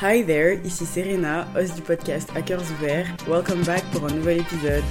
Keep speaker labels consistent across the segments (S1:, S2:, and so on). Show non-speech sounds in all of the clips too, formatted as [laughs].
S1: Hi there, ici Serena, host du podcast Hackers Ouverts. Welcome back pour un nouvel épisode.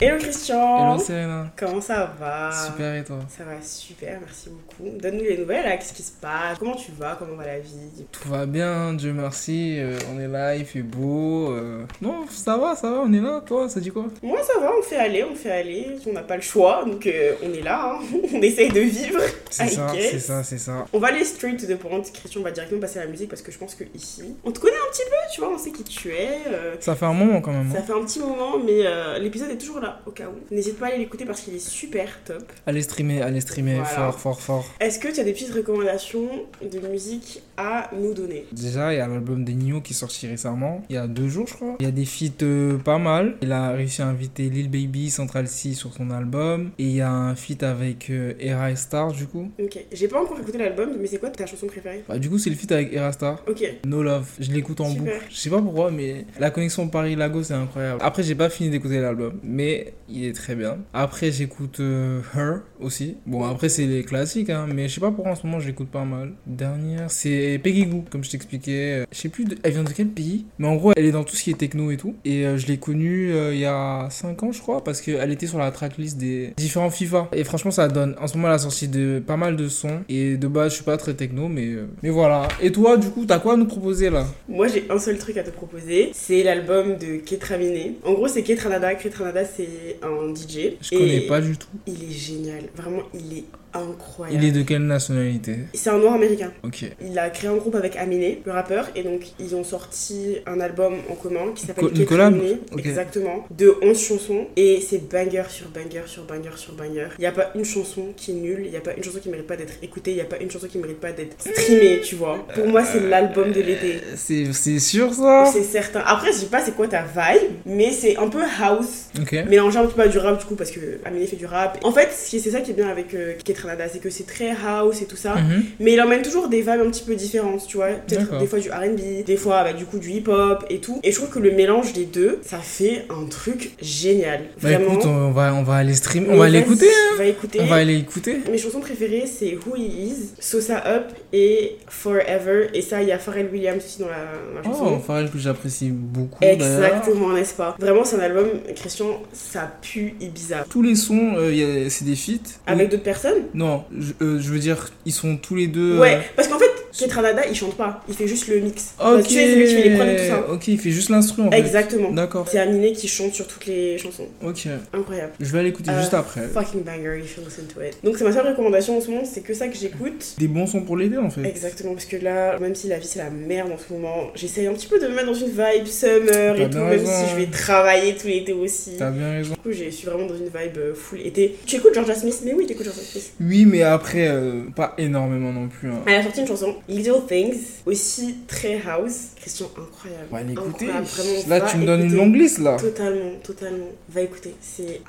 S1: Hello Christian
S2: Hello Serena,
S1: Comment ça va
S2: hein. super et toi
S1: Ça va super, merci beaucoup. Donne-nous les nouvelles, là, qu'est-ce qui se passe Comment tu vas Comment va la vie
S2: Tout va bien, Dieu merci, euh, on est là, il fait beau. euh, Non, ça va, ça va, on est là, toi, ça dit quoi
S1: Moi ça va, on fait aller, on fait aller, on n'a pas le choix, donc euh, on est là, hein. [laughs] on essaye de vivre.
S2: C'est
S1: I
S2: ça,
S1: guess.
S2: c'est ça, c'est ça.
S1: On va aller straight to the point, Christian va directement passer à la musique parce que je pense que ici, on te connaît un petit peu, tu vois, on sait qui tu es. euh,
S2: Ça fait un moment quand même. hein.
S1: Ça fait un petit moment, mais euh, l'épisode est toujours là, au cas où. N'hésite pas à aller l'écouter parce qu'il est super top.
S2: Allez streamer, allez streamer,
S1: Voilà.
S2: fort, fort, fort.
S1: Est-ce que tu as des petites recommandations de musique à nous donner
S2: Déjà, il y a l'album des Nio qui est sorti récemment, il y a deux jours, je crois. Il y a des feats euh, pas mal. Il a réussi à inviter Lil Baby, Central C sur son album. Et il y a un feat avec euh, Era et Star, du coup.
S1: Ok, j'ai pas encore écouté l'album, mais c'est quoi ta chanson préférée
S2: Bah, du coup, c'est le feat avec Era Star.
S1: Ok,
S2: No Love, je l'écoute en
S1: Super.
S2: boucle. Je sais pas pourquoi, mais la connexion Paris-Lagos c'est incroyable. Après, j'ai pas fini d'écouter l'album, mais il est très bien. Après, j'écoute euh, Her aussi. Bon, après, c'est les classiques, hein, mais je sais pas pourquoi en ce moment je l'écoute pas mal. Dernière, c'est Peggy Goo, comme je t'expliquais. Euh, Je sais plus, de- elle vient de quel pays, mais en gros, elle est dans tout ce qui est techno et tout. Et euh, je l'ai connue euh, il y a 5 ans, je crois, parce qu'elle était sur la tracklist des différents FIFA. Et franchement, ça donne. En ce moment, elle a sorti de, pas mal de sons. Et de base, je suis pas très techno, mais, euh, mais voilà. Et toi, du coup, t'as quoi à nous proposer là
S1: moi j'ai un seul truc à te proposer, c'est l'album de Ketramine. En gros, c'est Ketranada. Ketranada, c'est un DJ.
S2: Je connais
S1: Et
S2: pas du tout.
S1: Il est génial, vraiment, il est incroyable.
S2: Il est de quelle nationalité
S1: C'est un noir américain.
S2: Ok.
S1: Il a créé un groupe avec Aminé, le rappeur, et donc ils ont sorti un album en commun qui s'appelle
S2: Co- une collab
S1: Ketamine,
S2: Ok.
S1: exactement, de 11 chansons, et c'est banger sur banger sur banger sur banger. Il n'y a pas une chanson qui est nulle, il n'y a pas une chanson qui mérite pas d'être écoutée, il n'y a pas une chanson qui mérite pas d'être streamée, tu vois. Pour moi, c'est l'album de l'été.
S2: C'est c'est sûr ça
S1: C'est certain. Après, je dis pas c'est quoi ta vibe, mais c'est un peu house,
S2: Ok.
S1: mélanger un petit peu à du rap du coup parce que Aminé fait du rap. En fait, ce qui- c'est ça qui est bien avec euh, Ketranada, c'est que c'est très house et tout ça,
S2: Mhm.
S1: mais il emmène toujours des vibes un petit peu différentes, tu vois. Peut-être
S2: D'accord.
S1: des fois du RB, des fois bah, du coup du hip-hop et tout. Et je trouve que le mélange des deux, ça fait un truc génial.
S2: Bah
S1: Vraiment.
S2: écoute, on va, on va aller stream,
S1: Mais
S2: on va
S1: vas-y,
S2: aller écouter.
S1: on va écouter.
S2: On va aller écouter.
S1: Mes chansons préférées, c'est Who He Is, Sosa Up et Forever. Et ça, il y a Pharrell Williams aussi dans la, dans la chanson.
S2: Oh, bah. Pharrell que j'apprécie beaucoup. d'ailleurs.
S1: Exactement, n'est-ce pas Vraiment, c'est un album, Christian, ça pue Ibiza.
S2: Tous les sons, euh, il y a- c'est des feats.
S1: Avec d'autres personnes
S2: Non, je, euh, je veux dire, ils sont tous les deux.
S1: Ouais,
S2: euh,
S1: parce qu'en fait, Ketranada, il chante pas, il fait juste le mix. Enfin,
S2: Ok.
S1: Bah, Tu sais, c'est lui qui fait les prods et tout ça.
S2: Ok, il fait juste l'instru en fait.
S1: Exactement.
S2: D'accord.
S1: C'est Aminé qui chante sur toutes les chansons.
S2: Ok.
S1: Incroyable.
S2: Je vais aller écouter
S1: Euh,
S2: juste après.
S1: Fucking banger, you should listen to it. Donc c'est ma seule recommandation en ce moment, c'est que ça que j'écoute.
S2: Des bons sons pour l'aider en fait.
S1: Exactement, parce que là, même si la vie c'est la merde en ce moment, j'essaye un petit peu de me mettre dans une vibe summer
S2: T'as
S1: et tout,
S2: bien
S1: même
S2: raison. hein.
S1: si je vais travailler tout l'été aussi.
S2: T'as bien raison.
S1: Du coup, je suis vraiment dans une vibe euh, full été. Tu écoutes Georgia Smith Mais oui, tu écoutes Georgia Smith.
S2: Oui, mais après, euh, pas énormément non plus. hein.
S1: Elle a sorti une chanson, Little Things, aussi très house. Christian, incroyable.
S2: On va aller écouter.
S1: Incroyable, vraiment,
S2: Là,
S1: va
S2: tu me donnes une
S1: écouter.
S2: longue liste là.
S1: Totalement, totalement. Va écouter, c'est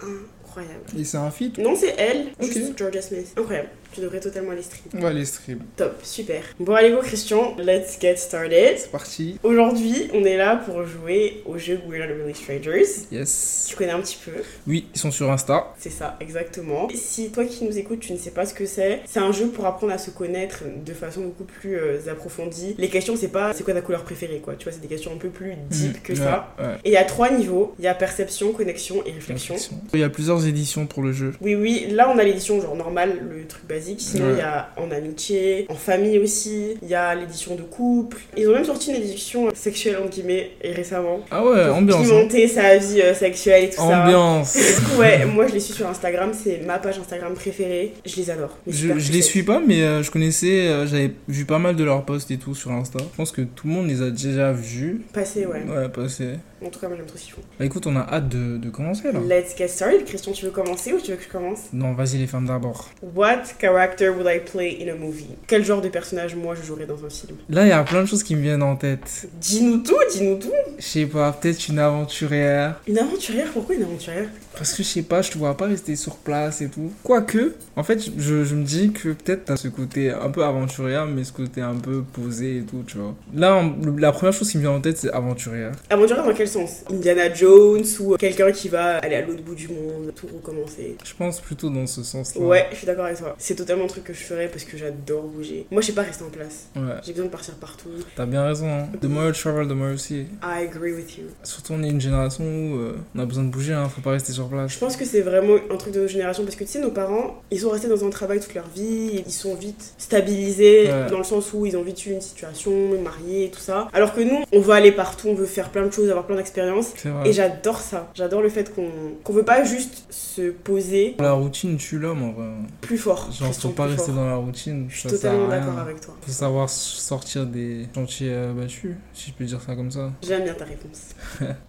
S1: incroyable.
S2: Et c'est un feat.
S1: Non, c'est elle,
S2: Ok.
S1: juste Georgia Smith. Incroyable, tu devrais totalement aller stream.
S2: On va aller stream.
S1: Top, super. Bon, allez, go Christian, let's get started.
S2: C'est parti.
S1: Aujourd'hui, on est là pour jouer au jeu We're Not Really Strangers.
S2: Yes.
S1: Tu connais un petit peu,
S2: Oui, ils sont sur Insta.
S1: c'est ça, exactement. Si toi qui nous écoutes, tu ne sais pas ce que c'est, c'est un jeu pour apprendre à se connaître de façon beaucoup plus euh, approfondie. Les questions, c'est pas c'est quoi ta couleur préférée, quoi. Tu vois, c'est des questions un peu plus deep
S2: Mm,
S1: que
S2: ouais,
S1: ça.
S2: ouais.
S1: Et il y a trois niveaux il y a perception, connexion et réflexion.
S2: Il y a plusieurs éditions pour le jeu.
S1: Oui, oui, là on a l'édition genre normale, le truc basique. Sinon, il
S2: Ouais.
S1: y a en amitié, en famille aussi. Il y a l'édition de couple. Ils ont même sorti une édition euh, sexuelle, entre guillemets, et récemment.
S2: Ah ouais,
S1: Pour
S2: ambiance. hein.
S1: Pimenter sa vie euh, sexuelle et tout ça.
S2: Ambiance.
S1: Du coup, [laughs] ouais, moi je les suis sur Instagram, c'est ma page Instagram préférée. Je les adore. Mais
S2: Je,
S1: super
S2: je
S1: que
S2: les
S1: c'est.
S2: suis pas, mais euh, je connaissais, euh, j'avais vu pas mal de leurs posts et tout sur Insta. Je pense que tout le monde les a déjà vus.
S1: Passé, ouais.
S2: Ouais, passé.
S1: En tout cas, moi j'aime trop ce qu'ils font.
S2: Bah écoute, on a hâte de, de commencer là.
S1: Let's get started. Christian, tu veux commencer ou tu veux que je commence
S2: Non, vas-y les femmes d'abord.
S1: What character would I play in a movie Quel genre de personnage moi je jouerais dans un film
S2: Là, il y a plein de choses qui me viennent en tête.
S1: Dis-nous tout, dis-nous tout.
S2: Je sais pas, peut-être une aventurière.
S1: Une aventurière, pourquoi une aventurière
S2: Parce que je sais pas, je te vois pas rester sur place et tout. Quoique, en fait, je, je me dis que peut-être t'as ce côté un peu aventurière, mais ce côté un peu posé et tout, tu vois. Là, en- la première chose qui me vient en tête, c'est aventurière.
S1: Aventurière dans quel sens Indiana Jones ou quelqu'un qui va aller à l'autre bout du monde, tout recommencer.
S2: Je pense plutôt dans ce sens-là.
S1: Ouais, je suis d'accord avec toi. C'est totalement un truc que je ferais parce que j'adore bouger. Moi, je sais pas rester en place.
S2: Ouais,
S1: J'ai besoin de partir partout.
S2: t'as bien raison. hein. The more you travel, the more you see.
S1: I agree with you.
S2: Surtout, on est une génération où euh, on a besoin de bouger, hein, faut pas rester sur place.
S1: Je pense que c'est vraiment un truc de notre génération parce que tu sais, nos parents, ils sont restés dans un travail toute leur vie, ils sont vite stabilisés
S2: Ouais.
S1: dans le sens où ils ont vite eu une situation, mariés et tout ça. Alors que nous, on veut aller partout, on veut faire plein de choses, avoir plein d'expériences.
S2: C'est vrai.
S1: Et j'adore ça. J'adore le fait qu'on qu'on veut pas juste se poser
S2: La routine tue l'homme en vrai.
S1: plus fort.
S2: Genre,
S1: Christian,
S2: faut pas
S1: plus
S2: rester
S1: fort.
S2: dans la routine.
S1: Je suis
S2: ça sert à
S1: totalement
S2: rien.
S1: d'accord avec toi.
S2: Faut savoir s- sortir des chantiers euh, battus, si je peux dire ça comme ça.
S1: J'aime bien ta réponse.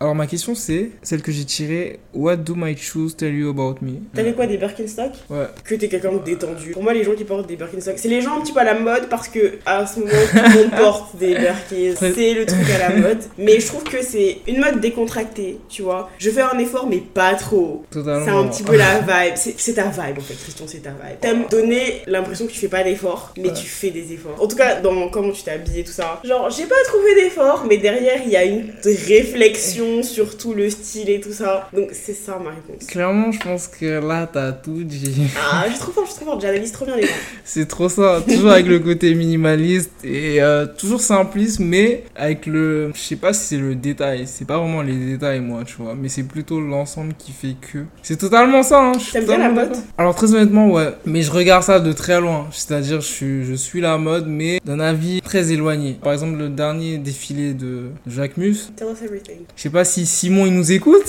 S2: Alors ma question c'est celle que j'ai tirée What do my shoes tell you about me
S1: T'avais quoi des Birkenstock
S2: Ouais.
S1: Que t'es quelqu'un de détendu. Pour moi, les gens qui portent des Birkenstock, c'est les gens un petit peu à la mode parce que à ce moment tout le monde porte
S2: [laughs]
S1: des Birkins. C'est le truc à la mode. Mais je trouve que c'est une mode décontractée, tu vois. Je fais un effort, mais pas trop.
S2: Totalement. Ah.
S1: C'est un petit peu la vibe. C'est c'est ta vibe en fait, Tristan, c'est ta vibe. T'aimes donner l'impression que tu fais pas d'efforts, mais
S2: Ouais.
S1: tu fais des efforts. En tout cas, dans comment tu t'es habillé, tout ça. Genre, j'ai pas trouvé d'efforts, mais derrière, il y a une
S2: [laughs]
S1: réflexion sur tout le style et tout ça. Donc, c'est ça ma réponse.
S2: Clairement, je pense que là t'as tout dit. [laughs]
S1: Ah, je suis trop forte, je suis trop forte, j'analyse trop bien les gens.
S2: C'est trop ça, toujours avec le côté minimaliste et euh, toujours simpliste, mais avec le. Je sais pas si c'est le détail, c'est pas vraiment les détails, moi, tu vois, mais c'est plutôt l'ensemble qui fait que. C'est totalement ça, hein, je suis
S1: T'aimes bien
S2: totalement
S1: la mode
S2: d'accord. Alors, très honnêtement, ouais, mais je regarde ça de très loin, c'est-à-dire je suis, je suis la mode, mais d'un avis très éloigné. Par exemple, le dernier défilé de Jacques Mus,
S1: Tell us everything.
S2: je sais pas si Simon il nous
S1: [laughs]
S2: écoute,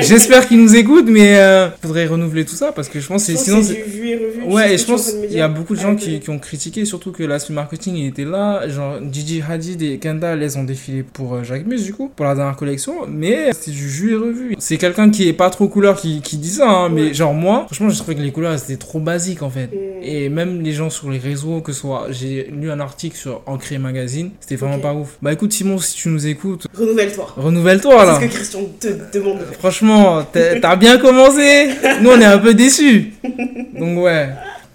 S2: j'espère qu'il nous écoute, mais euh, faudrait renouveler tout ça parce que je pense que
S1: Je pense
S2: sinon
S1: que
S2: c'est-
S1: c'est du vu et revu. tu sais
S2: Ouais, et
S1: ce
S2: je
S1: que tu es en
S2: pense
S1: train de me
S2: qu'il y
S1: dire.
S2: a beaucoup de gens
S1: Ah,
S2: qui,
S1: ok.
S2: qui ont critiqué, surtout que l'aspect marketing il était là. Genre, Gigi Hadid et Kendall, elles ont défilé pour euh, Jacques Mus, du coup, pour la dernière collection, mais c'est du jus et revu. C'est quelqu'un qui est pas trop couleur qui, qui dit ça, hein, mais
S1: Ouais.
S2: genre, moi, franchement, je trouvais que les couleurs elles étaient trop basiques en fait.
S1: Mm.
S2: Et même les gens sur les réseaux, que ce soit. J'ai lu un article sur Ancré Magazine, c'était vraiment
S1: Ok.
S2: pas ouf. Bah écoute, Simon, si tu nous écoutes,
S1: Renouvelle-toi.
S2: renouvelle-toi là.
S1: C'est ce que Christian te demande de faire.
S2: Franchement, t'as t'as bien commencé. Nous, on est un peu déçus. Donc, ouais.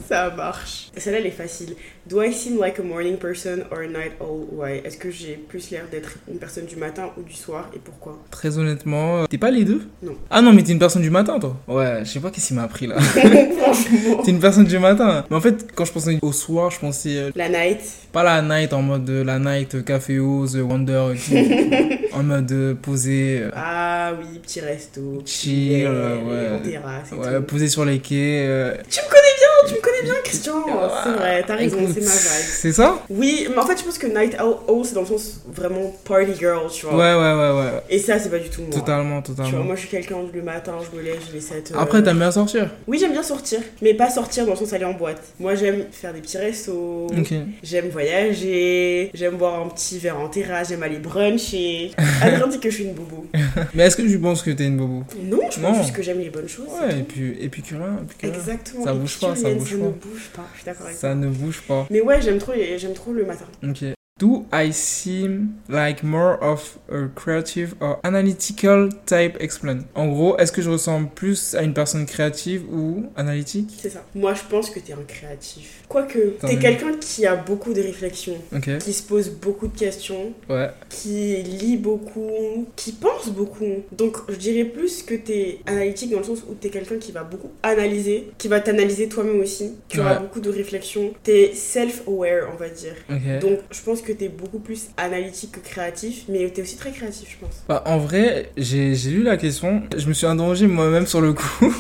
S1: Ça marche. Celle-là, elle est facile. Do I seem like a morning person or a night owl? Why? Est-ce que j'ai plus l'air d'être une personne du matin ou du soir et
S2: [laughs]
S1: pourquoi?
S2: Très honnêtement, euh, t'es pas les deux
S1: Non.
S2: Ah non, mais t'es une personne du matin, toi Ouais, je sais pas qu'est-ce qu'il
S1: [laughs]
S2: m'a appris là.
S1: Franchement.
S2: t'es une personne du matin. Mais en fait, quand je pensais au soir, je pensais euh,
S1: La night.
S2: pas la night en mode euh, la night euh, café au, The Wonder,
S1: [laughs]
S2: euh, qui- en mode euh, posé. euh,
S1: Ah oui, petit resto. petit
S2: Chill,
S1: verre, En
S2: ouais.
S1: terrasse et
S2: Ouais,
S1: tout.
S2: posé sur les quais. euh,
S1: Tu me connais bien, tu me connais bien, Christian. Oh, C'est vrai, t'as raison,
S2: écoute,
S1: c'est ma vibe.
S2: C'est ça
S1: Oui, mais en fait, je pense que night owl, owl, c'est dans le sens vraiment party girl, tu
S2: Ouais,
S1: vois.
S2: ouais, ouais, ouais.
S1: Et ça, c'est pas du tout moi.
S2: Totalement,
S1: Tu vois,
S2: totalement.
S1: moi euh, je suis quelqu'un le matin, je me lève, je vais 7 heures.
S2: Après, t'aimes bien sortir
S1: Oui, j'aime bien sortir, mais pas sortir dans le sens aller en boîte. Moi j'aime faire des petits restos,
S2: Ok.
S1: j'aime voyager, j'aime boire un petit verre en terrasse, j'aime aller bruncher. Adrien dit que je suis une bobo.
S2: Mais est-ce que tu penses que t'es une bobo
S1: Non, je
S2: Non.
S1: pense juste que j'aime les bonnes choses. c'est
S2: Ouais, et
S1: tout.
S2: puis épicurien, épicurien.
S1: Exactement.
S2: Ça
S1: Et
S2: bouge
S1: puis,
S2: pas, ça
S1: Julienne,
S2: bouge
S1: ça
S2: pas.
S1: ne bouge pas, je suis d'accord avec
S2: Ça
S1: toi.
S2: ne bouge pas.
S1: Mais ouais, j'aime trop, les- j'aime trop le matin.
S2: Ok. Do I seem like more of a creative or analytical type? Explain. En gros, est-ce que je ressemble plus à une personne créative ou analytique?
S1: C'est ça. Moi je pense que t'es un créatif. Quoique,
S2: Quand
S1: t'es
S2: même.
S1: quelqu'un qui a beaucoup de réflexions,
S2: Ok.
S1: qui se pose beaucoup de questions,
S2: Ouais.
S1: qui lit beaucoup, qui pense beaucoup. Donc je dirais plus que t'es analytique dans le sens où t'es quelqu'un qui va beaucoup analyser, qui va t'analyser toi-même aussi, qui aura
S2: Ouais.
S1: beaucoup de réflexion. T'es self-aware, on va dire.
S2: Ok.
S1: Donc je pense que t'es beaucoup plus analytique que créatif, mais t'es aussi très créatif, je pense.
S2: Bah, en vrai, j'ai j'ai lu la question. Je me suis interrogé moi-même sur
S1: [laughs]
S2: le coup.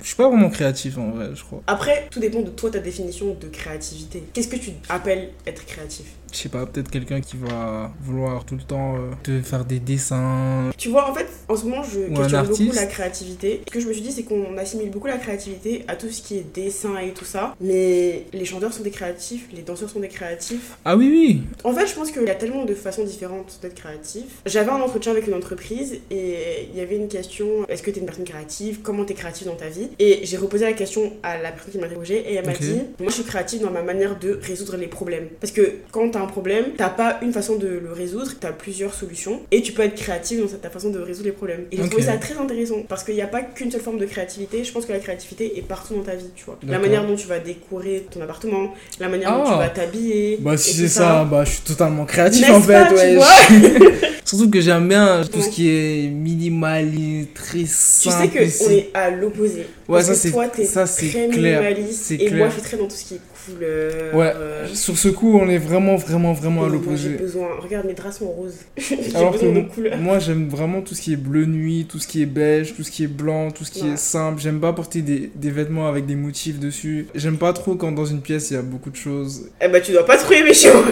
S2: Je suis pas vraiment créatif en vrai, je crois.
S1: Après, tout dépend de toi, ta définition de créativité. Qu'est-ce que tu appelles être créatif
S2: Je sais pas, peut-être quelqu'un qui va vouloir tout le temps euh, te faire des dessins.
S1: Tu vois, en fait, en ce moment, je
S2: Ou un
S1: questionne beaucoup
S2: artiste.
S1: la créativité. Ce que je me suis dit, c'est qu'on assimile beaucoup la créativité à tout ce qui est dessin et tout ça. Mais les chanteurs sont des créatifs, les danseurs sont des créatifs.
S2: Ah oui, oui!
S1: En fait, je pense qu'il y a tellement de façons différentes d'être créatif. J'avais un entretien avec une entreprise et il y avait une question est-ce que t'es une personne créative Comment t'es créative dans ta vie Et j'ai reposé la question à la personne qui m'interrogeait et elle m'a
S2: Ok.
S1: dit Moi, je suis créative dans ma manière de résoudre les problèmes. Parce que quand t'as un problème, t'as pas une façon de le résoudre, t'as plusieurs solutions et tu peux être créative dans ta façon de résoudre les problèmes. Et j'ai trouvé
S2: Ok.
S1: ça très intéressant parce qu'il n'y a pas qu'une seule forme de créativité. Je pense que la créativité est partout dans ta vie, tu vois. La
S2: D'accord.
S1: manière dont tu vas décorer ton appartement, la manière dont
S2: Ah.
S1: tu vas t'habiller.
S2: Bah
S1: et
S2: si
S1: tout
S2: c'est ça, bah je suis totalement créatif
S1: N'est-ce
S2: en fait,
S1: pas, tu
S2: ouais.
S1: vois
S2: [laughs] je- je Surtout que j'aime bien tout ce qui est minimaliste, très
S1: Tu
S2: simple.
S1: sais que on
S2: c'est-
S1: est à l'opposé.
S2: Ouais,
S1: Parce
S2: ça
S1: que
S2: c'est
S1: toi, t'es
S2: ça c'est
S1: très
S2: clair.
S1: minimaliste
S2: c'est
S1: et
S2: clair.
S1: moi je suis très dans tout ce qui est couleur.
S2: Ouais.
S1: euh,
S2: Sur ce coup, on est vraiment vraiment vraiment
S1: moi,
S2: à
S1: J'ai
S2: l'opposé.
S1: besoin. Regarde, mes draps sont roses. [laughs] j'ai
S2: Alors
S1: besoin de
S2: que
S1: couleurs.
S2: moi j'aime vraiment tout ce qui est bleu nuit, tout ce qui est beige, tout ce qui est blanc, tout ce qui
S1: Ouais.
S2: est simple. J'aime pas porter des, des vêtements avec des motifs dessus. J'aime pas trop quand dans une pièce il y a beaucoup de choses.
S1: Eh bah, tu dois pas trop aimer chez moi.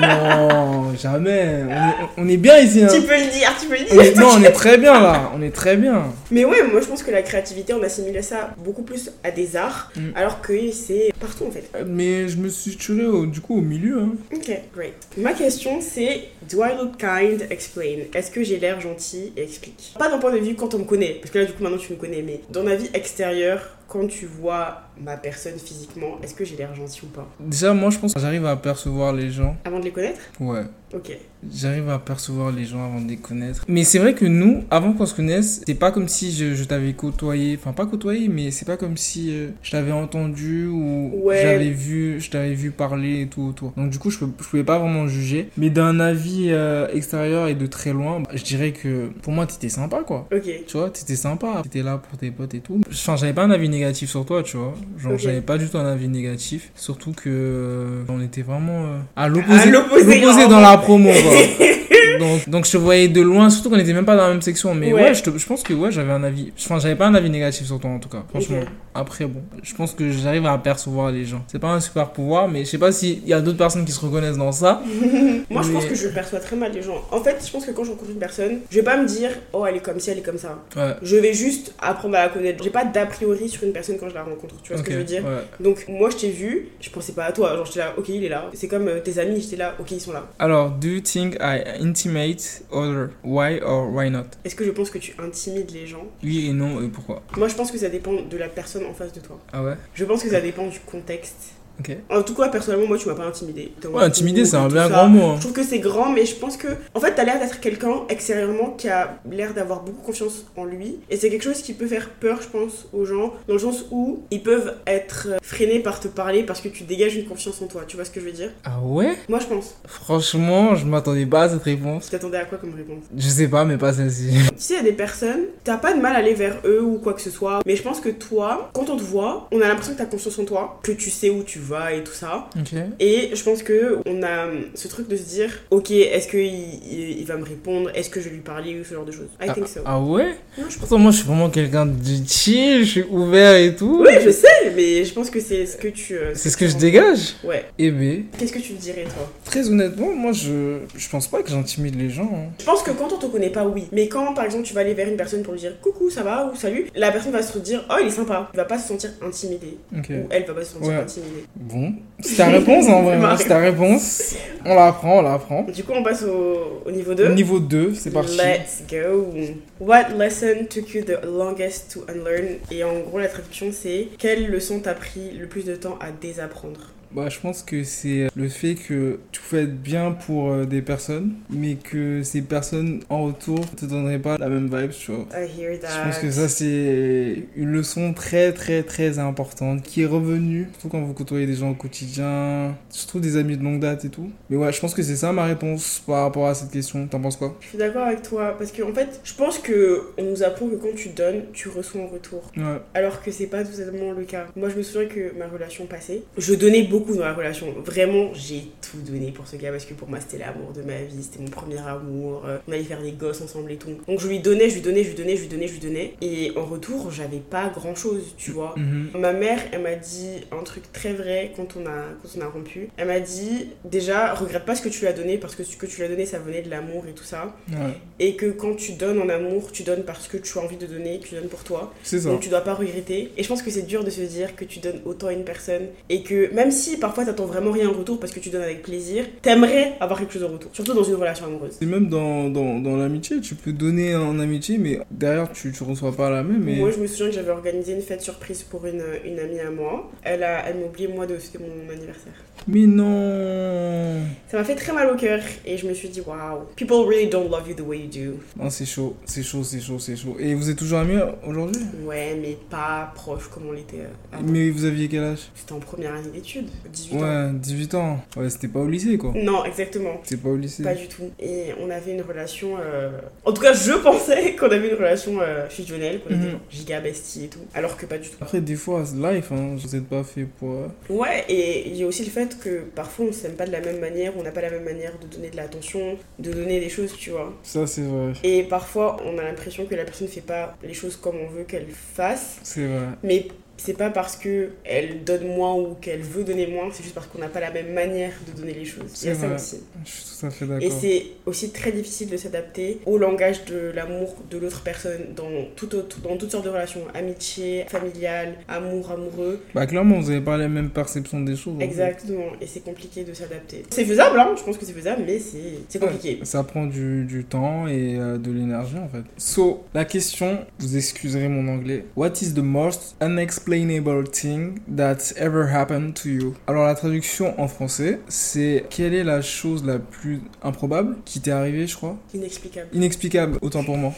S2: non, [laughs] jamais. On est, on est bien ici. Hein.
S1: [laughs] Tu peux le dire, tu peux le
S2: On est-
S1: dire.
S2: non, on est très bien là. On est très bien.
S1: Mais ouais, moi je pense que la créativité, on assimilait ça beaucoup plus à des arts,
S2: Mm.
S1: alors que c'est partout en fait.
S2: Mais je me suis tué au, du coup au milieu. Hein.
S1: Ok, great. Ma question c'est Do I look kind? Explain. Est-ce que j'ai l'air gentil? Explique. Pas d'un point de vue quand on me connaît, parce que là du coup maintenant tu me connais, mais dans la vie extérieure, quand tu vois ma personne physiquement, est-ce que j'ai l'air gentil ou pas?
S2: Déjà, moi je pense que j'arrive à percevoir les gens.
S1: Avant de les connaître?
S2: Ouais.
S1: Ok.
S2: J'arrive à percevoir les gens avant de les connaître. Mais c'est vrai que nous, avant qu'on se connaisse, c'est pas comme si je, je t'avais côtoyé. Enfin, pas côtoyé, mais c'est pas comme si euh, je t'avais entendu ou
S1: Ouais.
S2: j'avais vu, je t'avais vu parler et tout autour. Donc, du coup, je, peux- je pouvais pas vraiment juger. Mais d'un avis euh, extérieur et de très loin, bah, je dirais que pour moi, t'étais sympa quoi.
S1: Ok.
S2: Tu vois, t'étais sympa, t'étais là pour tes potes et tout. Enfin, j'avais pas un avis négatif sur toi, tu vois. Genre,
S1: Ok.
S2: j'avais pas du tout un avis négatif. Surtout que. euh, on était vraiment. euh, à
S1: À
S2: l'opposé.
S1: l'opposé,
S2: l'opposé
S1: vraiment.
S2: dans la promo,
S1: [laughs]
S2: quoi. donc, donc, je te voyais de loin, surtout qu'on était même pas dans la même section. Mais ouais,
S1: Ouais.
S2: je, te- je pense que ouais, j'avais un avis. Enfin, j'avais pas un avis négatif sur toi, en tout cas. Franchement.
S1: Ok.
S2: Après, bon, je pense que j'arrive à apercevoir les gens. C'est pas un super pouvoir, mais je sais pas s'il y a d'autres personnes qui se reconnaissent dans ça.
S1: Moi je pense
S2: Mais-
S1: que je perçois très mal les gens. En fait, je pense que quand je rencontre une personne, je vais pas me dire Oh elle est comme ci, elle est comme ça.
S2: Ouais.
S1: Je vais juste apprendre à la connaître. J'ai pas d'a priori sur une personne quand je la rencontre, tu vois ce
S2: Ok,
S1: que je veux dire?
S2: ouais.
S1: Donc moi je t'ai vu, je pensais pas à toi, genre j'étais là, ok il est là. C'est comme euh, tes amis, j'étais là, ok ils sont là.
S2: Alors, do you think I intimate other? Why or why not?
S1: Est-ce que je pense que tu intimides les gens
S2: Oui et non, et pourquoi
S1: Moi je pense que ça dépend de la personne en face de toi.
S2: Ah ouais
S1: Je pense que ça dépend du contexte.
S2: Ok.
S1: En tout cas personnellement moi tu m'as pas intimidé. T'as
S2: Ouais, intimider,
S1: tout,
S2: c'est un
S1: tout
S2: bien
S1: ça.
S2: grand mot. hein.
S1: Je trouve que c'est grand, mais je pense que. En fait, t'as l'air d'être quelqu'un extérieurement qui a l'air d'avoir beaucoup confiance en lui. Et c'est quelque chose qui peut faire peur, je pense, aux gens, dans le sens où ils peuvent être euh, freinés par te parler parce que tu dégages une confiance en toi. Tu vois ce que je veux dire
S2: Ah ouais
S1: Moi, je pense.
S2: Franchement, je m'attendais pas à cette réponse.
S1: Tu t'attendais à quoi comme réponse
S2: Je sais pas, mais pas celle-ci. [laughs]
S1: Tu sais, il y a des personnes, t'as pas de mal à aller vers eux ou quoi que ce soit, mais je pense que toi, quand on te voit, on a l'impression que t'as confiance en toi, que tu sais où tu vas et tout ça.
S2: Ok.
S1: Et je pense que on a hum, ce truc de se dire, ok, est-ce qu'il il, il va me répondre, est-ce que je vais lui parler ou ce genre de choses. I
S2: Ah,
S1: think so.
S2: ah ouais
S1: Non, je pense-
S2: Pourtant, moi, je suis vraiment quelqu'un de chill, je suis ouvert et tout.
S1: Oui, je sais, mais je pense que c'est ce que tu. euh,
S2: C'est ce que
S1: tu
S2: je
S1: rends-
S2: dégage
S1: Ouais.
S2: Eh ben,
S1: Qu'est-ce que tu dirais, toi
S2: très honnêtement, moi, je, je pense pas que j'intimide les gens. hein.
S1: Je pense que quand on te connaît pas, oui. Mais quand, par exemple, tu vas aller vers une personne pour lui dire coucou, ça va ou salut, la personne va se dire oh, il est sympa. Il va pas se sentir intimidé.
S2: Ok.
S1: Ou elle va pas se sentir
S2: Hmm. Ouais.
S1: intimidée.
S2: Bon. C'est ta réponse, en vrai.
S1: C'est [laughs] ma
S2: hein, C'est ta réponse. On la prend, on la prend.
S1: Du coup, on passe au, au niveau 2.
S2: Niveau 2, c'est parti.
S1: Let's go. What lesson took you the longest to unlearn? Et en gros, la traduction c'est quelle leçon t'a pris le plus de temps à désapprendre?
S2: Bah, je pense que c'est le fait que tu fais être bien pour euh, des personnes, mais que ces personnes en retour te donneraient pas la même vibe, tu vois.
S1: I hear that.
S2: Je pense que ça, c'est une leçon très, très, très importante qui est revenue, surtout quand vous côtoyez des gens au quotidien, surtout des amis de longue date et tout. Mais ouais, je pense que c'est ça ma réponse par rapport à cette question. T'en penses quoi
S1: Je suis d'accord avec toi parce que en fait, je pense que on nous apprend que quand tu donnes, tu reçois en retour,
S2: Ouais,
S1: alors que c'est pas totalement le cas. Moi, je me souviens que ma relation passée, je donnais beaucoup dans la relation. Vraiment, j'ai tout donné pour ce gars parce que pour moi, c'était l'amour de ma vie, c'était mon premier amour. euh, On allait faire des gosses ensemble et tout. Donc je lui donnais, je lui donnais, je lui donnais, je lui donnais, je lui donnais, et en retour, j'avais pas grand chose, tu vois.
S2: Mhm.
S1: Ma mère, elle m'a dit un truc très vrai quand on a, quand on a rompu. Elle m'a dit déjà, regrette pas ce que tu lui as donné parce que ce que tu lui as donné, ça venait de l'amour et tout ça.
S2: ouais,
S1: Et que quand tu donnes en amour, tu donnes parce que tu as envie de donner, que tu donnes pour toi.
S2: c'est ça.
S1: Donc tu dois pas regretter. Et je pense que c'est dur de se dire que tu donnes autant à une personne et que même si parfois t'attends vraiment rien en retour parce que tu donnes avec plaisir, t'aimerais avoir quelque chose en retour. Surtout dans une relation amoureuse.
S2: C'est même dans, dans, dans l'amitié, tu peux donner en amitié, mais derrière, tu, tu reçois pas la même. Et...
S1: Moi, je me souviens que j'avais organisé une fête surprise pour une, une amie à moi. Elle, a- elle m'a oublié, moi, de c'était mon anniversaire.
S2: Mais non
S1: Ça m'a fait très mal au cœur et je me suis dit waouh, people really don't love you the way you do.
S2: Non, c'est chaud, c'est chaud, c'est chaud, c'est chaud. Et vous êtes toujours amis euh, aujourd'hui
S1: Ouais, mais pas proche comme on l'était avant.
S2: Mais vous aviez quel âge
S1: C'était en première année d'études. 18 ans.
S2: Ouais, 18 ans. Ouais, c'était pas au lycée, quoi.
S1: Non, exactement.
S2: C'était pas au lycée.
S1: Pas du tout. Et on avait une relation. euh, En tout cas, je pensais [laughs] qu'on avait une relation euh, fusionnelle, qu'on était
S2: Mhm.
S1: giga bestie et tout. Alors que pas du tout.
S2: Après, des fois, c'est life, hein. Vous êtes pas fait pour. euh,
S1: Ouais, et il y a aussi le fait que parfois on s'aime pas de la même manière, on n'a pas la même manière de donner de l'attention, de donner des choses, tu vois.
S2: Ça, c'est vrai.
S1: Et parfois on a l'impression que la personne fait pas les choses comme on veut qu'elle fasse,
S2: C'est vrai.
S1: mais c'est pas parce que elle donne moins ou qu'elle veut donner moins, c'est juste parce qu'on n'a pas la même manière de donner les choses. Il y a
S2: C'est
S1: ça
S2: vrai.
S1: aussi.
S2: Je suis tout à fait
S1: Et
S2: d'accord.
S1: c'est aussi très difficile de s'adapter au langage de l'amour de l'autre personne dans, toute autre- dans toutes sortes de relations, amitié, familiale, amour, amoureux.
S2: Bah, clairement, vous avez pas la même perception des choses. en fait.
S1: Exactement, et c'est compliqué de s'adapter. C'est faisable, hein, je pense que c'est faisable, mais c'est c'est compliqué.
S2: Ça prend du, du temps et euh, de l'énergie en fait. So, la question, vous excuserez mon anglais. What is the most unexplainable thing that's ever happened to you? Alors la traduction en français, c'est quelle est la chose la plus improbable qui t'est arrivée, je crois?
S1: Inexplicable.
S2: Inexplicable, autant pour moi.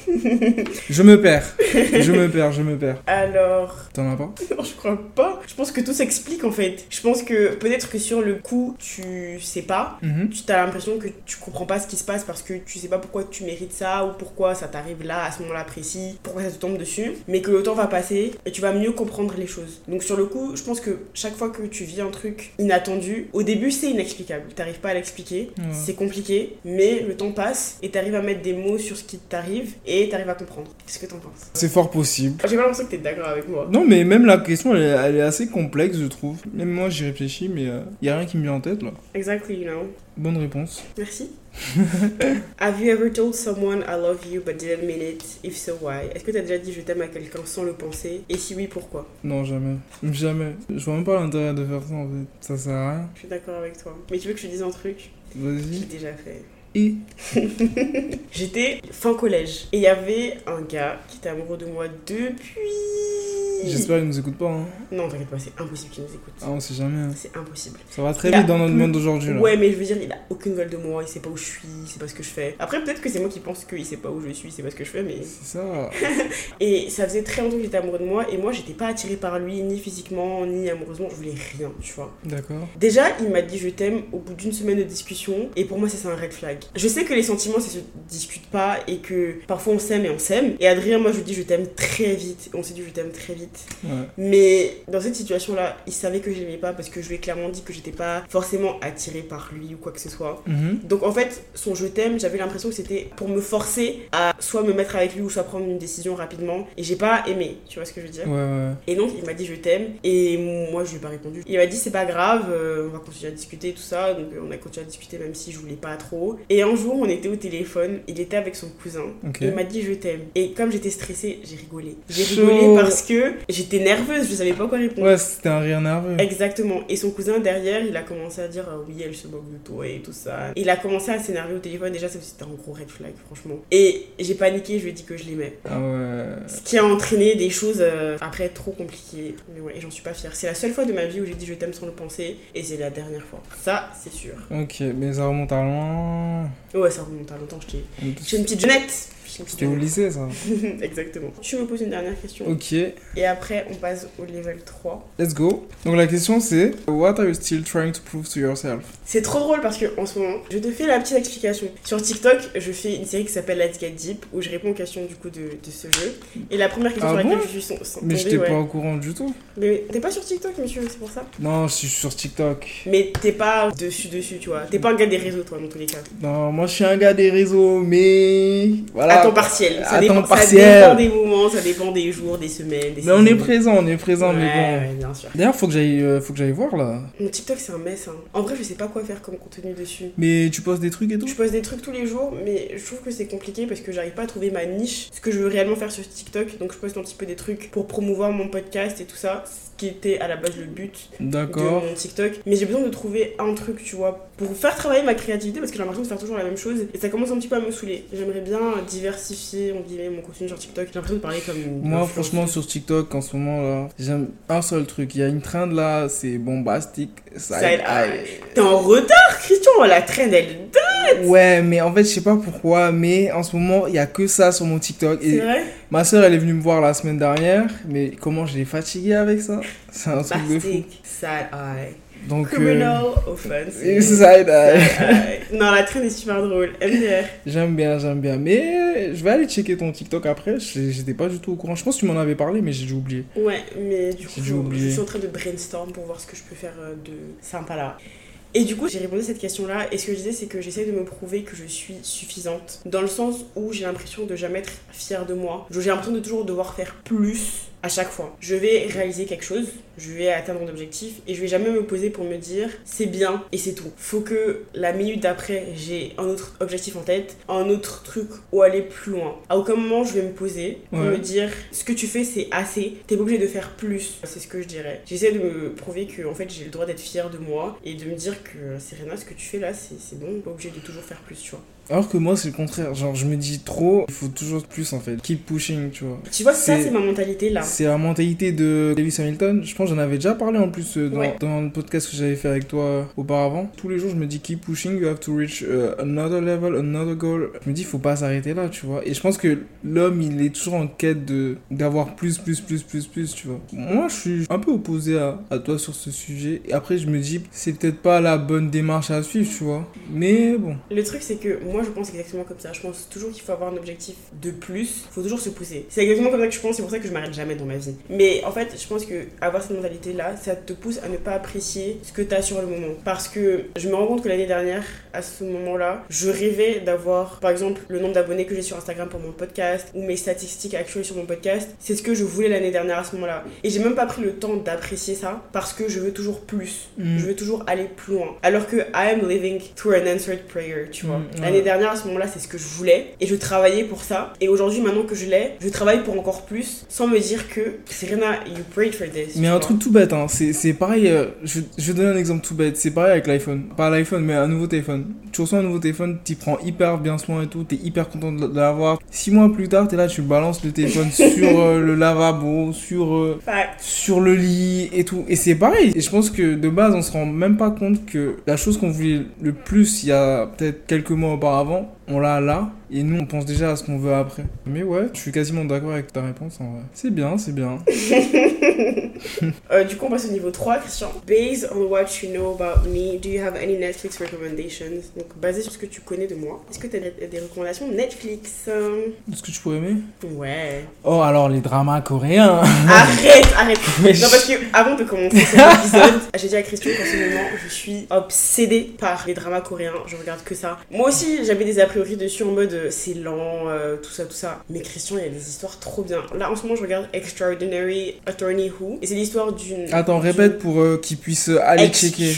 S2: je me perds. Je me perds, je me perds.
S1: Alors, [laughs]
S2: T'en as pas?
S1: non, je crois pas. Je pense que tout s'explique en fait. Je pense que peut-être que sur le coup, tu sais pas.
S2: Mhm.
S1: Tu as l'impression que tu comprends pas ce qui se passe parce que tu sais pas pourquoi tu mérites ça ou pourquoi ça t'arrive là à ce moment-là précis, pourquoi ça te tombe dessus, mais que le temps va passer et tu vas mieux comprendre les choses. Donc sur le coup, je pense que chaque fois que tu vis un truc inattendu, au début c'est inexplicable, t'arrives pas à l'expliquer,
S2: Ouais.
S1: c'est compliqué, mais le temps passe et t'arrives à mettre des mots sur ce qui t'arrive et t'arrives à comprendre. Qu'est-ce que t'en penses
S2: C'est fort possible.
S1: J'ai pas l'impression que t'es d'accord avec moi.
S2: Non, mais même la question, elle, est- elle est assez complexe, je trouve. Même moi, j'y réfléchis, mais il y a rien qui me vient en tête là.
S1: Exactly, you know.
S2: Bonne réponse.
S1: Merci. [laughs] Have you ever told someone I love you but didn't mean it? If so, why? Est-ce que t'as déjà dit je t'aime à quelqu'un sans le penser? Et si oui, pourquoi?
S2: Non, jamais. Jamais. Je vois même pas l'intérêt de faire ça en fait. Ça sert à rien.
S1: Je suis d'accord avec toi. Mais tu veux que je te dise un truc? Je l'ai
S2: Vas-y.
S1: déjà fait.
S2: Et
S1: J'étais fin collège et il y avait un gars qui était amoureux de moi depuis.
S2: J'espère qu'ils nous écoutent pas. Hein.
S1: Non, t'inquiète pas, c'est impossible qu'il nous écoute.
S2: Ah, on sait jamais. hein.
S1: C'est impossible.
S2: Ça va très
S1: Il a
S2: vite dans notre
S1: plus-
S2: monde d'aujourd'hui là.
S1: Ouais, mais je veux dire, il a aucune gueule de moi, il sait pas où je suis, il sait pas ce que je fais. Après, peut-être que c'est moi qui pense qu'il sait pas où je suis, il sait pas ce que je fais, mais.
S2: C'est ça.
S1: Et ça faisait très longtemps qu'il était amoureux de moi, et moi j'étais pas attirée par lui, ni physiquement, ni amoureusement, je voulais rien, tu vois.
S2: D'accord.
S1: Déjà, il m'a dit je t'aime au bout d'une semaine de discussion, et pour moi, ça c'est un red flag. Je sais que les sentiments, ça se discute pas, et que parfois on s'aime et on s'aime. Et Adrien, moi je lui dis je t'aime très vite, on s'est dit je t'aime très vite.
S2: Ouais.
S1: Mais dans cette situation-là, il savait que je l'aimais pas, parce que je lui ai clairement dit que j'étais pas forcément attirée par lui ou quoi que ce soit.
S2: Mhm.
S1: Donc en fait, son je t'aime, j'avais l'impression que c'était pour me forcer à soit me mettre avec lui ou soit prendre une décision rapidement. Et j'ai pas aimé, tu vois ce que je veux dire
S2: Ouais, ouais.
S1: Et donc il m'a dit je t'aime et moi je lui ai pas répondu. Il m'a dit c'est pas grave, euh, on va continuer à discuter tout ça. Donc euh, on a continué à discuter même si je voulais pas trop. Et un jour on était au téléphone, il était avec son cousin.
S2: Ok.
S1: Et Il m'a dit je t'aime. Et comme j'étais stressée, j'ai rigolé. J'ai
S2: Chaud.
S1: rigolé parce que j'étais nerveuse, je savais pas quoi répondre.
S2: Ouais, c'était un rire nerveux.
S1: Exactement. Et son cousin derrière, il a commencé à dire euh, oui, elle se moque de toi et tout ça. Il a commencé à s'énerver au téléphone. Déjà, ça, c'était un gros red flag, franchement. Et j'ai paniqué, je lui ai dit que je l'aimais.
S2: Ah ouais.
S1: Ce qui a entraîné des choses euh, après trop compliquées. Mais ouais, et j'en suis pas fière. C'est la seule fois de ma vie où j'ai dit je t'aime sans le penser. Et c'est la dernière fois. Ça, c'est sûr.
S2: Ok, mais ça remonte à loin.
S1: Ouais, ça remonte à longtemps. J'étais j'étais une
S2: C'était
S1: petite jeunette. J'étais une petite
S2: au
S1: jeunette. [laughs]
S2: lycée ça.
S1: Exactement. Tu me poses une dernière question.
S2: Ok.
S1: Et après, on passe au level 3.
S2: Let's go. Donc la question c'est What are you still trying to prove to yourself?
S1: C'est trop drôle parce que en ce moment, je te fais la petite explication. Sur TikTok, je fais une série qui s'appelle Let's Get Deep où je réponds aux questions du coup de, de ce jeu. Et la première question
S2: Ah
S1: sur laquelle
S2: bon
S1: je suis son- son-
S2: Mais
S1: tombée,
S2: j'étais
S1: ouais.
S2: pas au courant du tout.
S1: Mais t'es pas sur TikTok, monsieur, c'est pour ça.
S2: Non, je suis sur TikTok.
S1: Mais t'es pas dessus, dessus, tu vois. T'es pas un gars des réseaux, toi, dans tous les cas.
S2: Non, moi je suis un gars des réseaux, mais voilà.
S1: à temps partiel. Ça,
S2: à
S1: dépend,
S2: temps
S1: ça
S2: partiel.
S1: dépend des moments, ça dépend des jours, des semaines, des
S2: Mais on est
S1: saisons.
S2: présent, on est présent,
S1: ouais,
S2: mais bon.
S1: ouais, bien sûr.
S2: D'ailleurs, faut que j'aille, euh, faut que j'aille voir là.
S1: Mon TikTok, c'est un mess. hein. En vrai, je sais pas quoi faire comme contenu dessus.
S2: Mais tu poses des trucs et tout.
S1: Je poste des trucs tous les jours, mais je trouve que c'est compliqué parce que j'arrive pas à trouver ma niche, ce que je veux réellement faire sur TikTok. Donc je poste un petit peu des trucs pour promouvoir mon podcast et tout ça, ce qui était à la base le but de
S2: D'accord.
S1: mon TikTok. Mais j'ai besoin de trouver un truc, tu vois, pour faire travailler ma créativité parce que j'ai l'impression de faire toujours la même chose et ça commence un petit peu à me saouler. J'aimerais bien diversifier, en guillemets, mon contenu sur TikTok. J'ai l'impression de parler comme une.
S2: Moi,
S1: influenceuse.
S2: franchement, sur TikTok en ce moment là, j'aime un seul truc. Il y a une trend là, c'est bombastique side,
S1: Side
S2: eye.
S1: T'es en retard, Christian, la traîne, elle.
S2: Ouais, mais en fait, je sais pas pourquoi, mais en ce moment, il y a que ça sur mon TikTok.
S1: C'est
S2: Et
S1: vrai?
S2: ma soeur, elle est venue me voir la semaine dernière, mais comment je l'ai fatiguée avec ça C'est un truc de fou.
S1: Plastique, side eye.
S2: Donc, euh, [laughs]
S1: Criminal offense.
S2: Inside Eye.
S1: Ouais. Euh, [laughs] non, la traîne est super drôle. MDR.
S2: J'aime bien, j'aime bien. Mais je vais aller checker ton TikTok après. J'ai- J'étais pas du tout au courant. Je pense que tu m'en avais parlé, mais j'ai dû oublier.
S1: Ouais, mais du coup,
S2: J'ai oublié.
S1: je suis en train de brainstorm pour voir ce que je peux faire euh, de sympa là. Et du coup, j'ai répondu à cette question-là. Et ce que je disais, c'est que j'essaie de me prouver que je suis suffisante. Dans le sens où j'ai l'impression de jamais être fière de moi. J'ai l'impression de toujours devoir faire plus à chaque fois. Je vais réaliser quelque chose, je vais atteindre mon objectif et je vais jamais me poser pour me dire c'est bien et c'est tout. Faut que la minute d'après, j'ai un autre objectif en tête, un autre truc ou aller plus loin. À aucun moment, je vais me poser pour
S2: Ouais.
S1: me dire ce que tu fais, c'est assez. T'es pas obligé de faire plus. C'est ce que je dirais. J'essaie de me prouver que en fait, j'ai le droit d'être fière de moi et de me dire que euh, Serena, ce que tu fais là, c'est c'est bon. Pas obligé de toujours faire plus, tu vois.
S2: Alors que moi, c'est le contraire. Genre, je me dis trop, il faut toujours plus en fait. Keep pushing, tu vois.
S1: Tu vois, ça,
S2: C'est-
S1: c'est ma mentalité là.
S2: C'est la mentalité de Lewis Hamilton. Je pense que j'en avais déjà parlé en plus euh, dans,
S1: Ouais.
S2: dans le podcast que j'avais fait avec toi euh, auparavant. Tous les jours, je me dis keep pushing, you have to reach euh, another level, another goal. Je me dis, faut pas s'arrêter là, tu vois. Et je pense que l'homme, il est toujours en quête de d'avoir plus, plus, plus, plus, plus, tu vois. Moi, je suis un peu opposé à, à toi sur ce sujet. Et après, je me dis, c'est peut-être pas la bonne démarche à suivre, tu vois. Mais bon.
S1: Le truc, c'est que moi, je pense exactement comme ça. Je pense toujours qu'il faut avoir un objectif de plus. faut toujours se pousser. C'est exactement comme ça que je pense. C'est pour ça que je m'arrête jamais dans ma vie. Mais en fait, je pense que avoir cette mentalité-là, ça te pousse à ne pas apprécier ce que t'as sur le moment. Parce que je me rends compte que l'année dernière, à ce moment-là, je rêvais d'avoir, par exemple, le nombre d'abonnés que j'ai sur Instagram pour mon podcast ou mes statistiques actuelles sur mon podcast. C'est ce que je voulais l'année dernière à ce moment-là. Et j'ai même pas pris le temps d'apprécier ça parce que je veux toujours plus.
S2: Mm.
S1: Je veux toujours aller plus loin. Alors que I am living through an answered prayer, tu vois.
S2: Mm, ouais.
S1: L'année dernière, à ce moment-là, c'est ce que je voulais et je travaillais pour ça. Et aujourd'hui, maintenant que je l'ai, je travaille pour encore plus sans me dire que Serena, you prayed for this.
S2: Mais
S1: tu
S2: un
S1: vois.
S2: truc tout bête, hein. c'est c'est pareil, euh, je, je vais donner un exemple tout bête, c'est pareil avec l'iPhone. Pas l'iPhone, mais un nouveau téléphone. Tu reçois un nouveau téléphone, t'y prends hyper bien soin et tout, t'es hyper content de l'avoir. Six mois plus tard, t'es là, tu balances le téléphone sur euh, le lavabo, sur, euh,
S1: Fact.
S2: sur le lit et tout. Et c'est pareil. Et je pense que de base, on se rend même pas compte que la chose qu'on voulait le plus il y a peut-être quelques mois auparavant, on l'a là. Et nous, on pense déjà à ce qu'on veut après. Mais ouais, je suis quasiment d'accord avec ta réponse en vrai. C'est bien, c'est bien.
S1: Euh, du coup, on passe au niveau 3, Christian. Based on what you know about me, do you have any Netflix recommendations Donc, basé sur ce que tu connais de moi, est-ce que tu as des recommandations Netflix euh,
S2: Est-ce que tu pourrais aimer
S1: Ouais.
S2: Oh, alors les dramas coréens
S1: Arrête, arrête.
S2: [laughs] Mais
S1: Non, parce que avant de commencer cet épisode, j'ai dit à Christian qu'en ce moment, je suis obsédée par les dramas coréens. Je regarde que ça. Moi aussi, j'avais des a priori dessus en mode euh, c'est lent, euh, tout ça, tout ça. Mais Christian, il y a des histoires trop bien. Là, en ce moment, je regarde Extraordinary Attorney Who. Et c'est l'histoire d'une.
S2: [laughs] Attends, répète pour euh, qu'ils puissent euh, aller Ah, checker.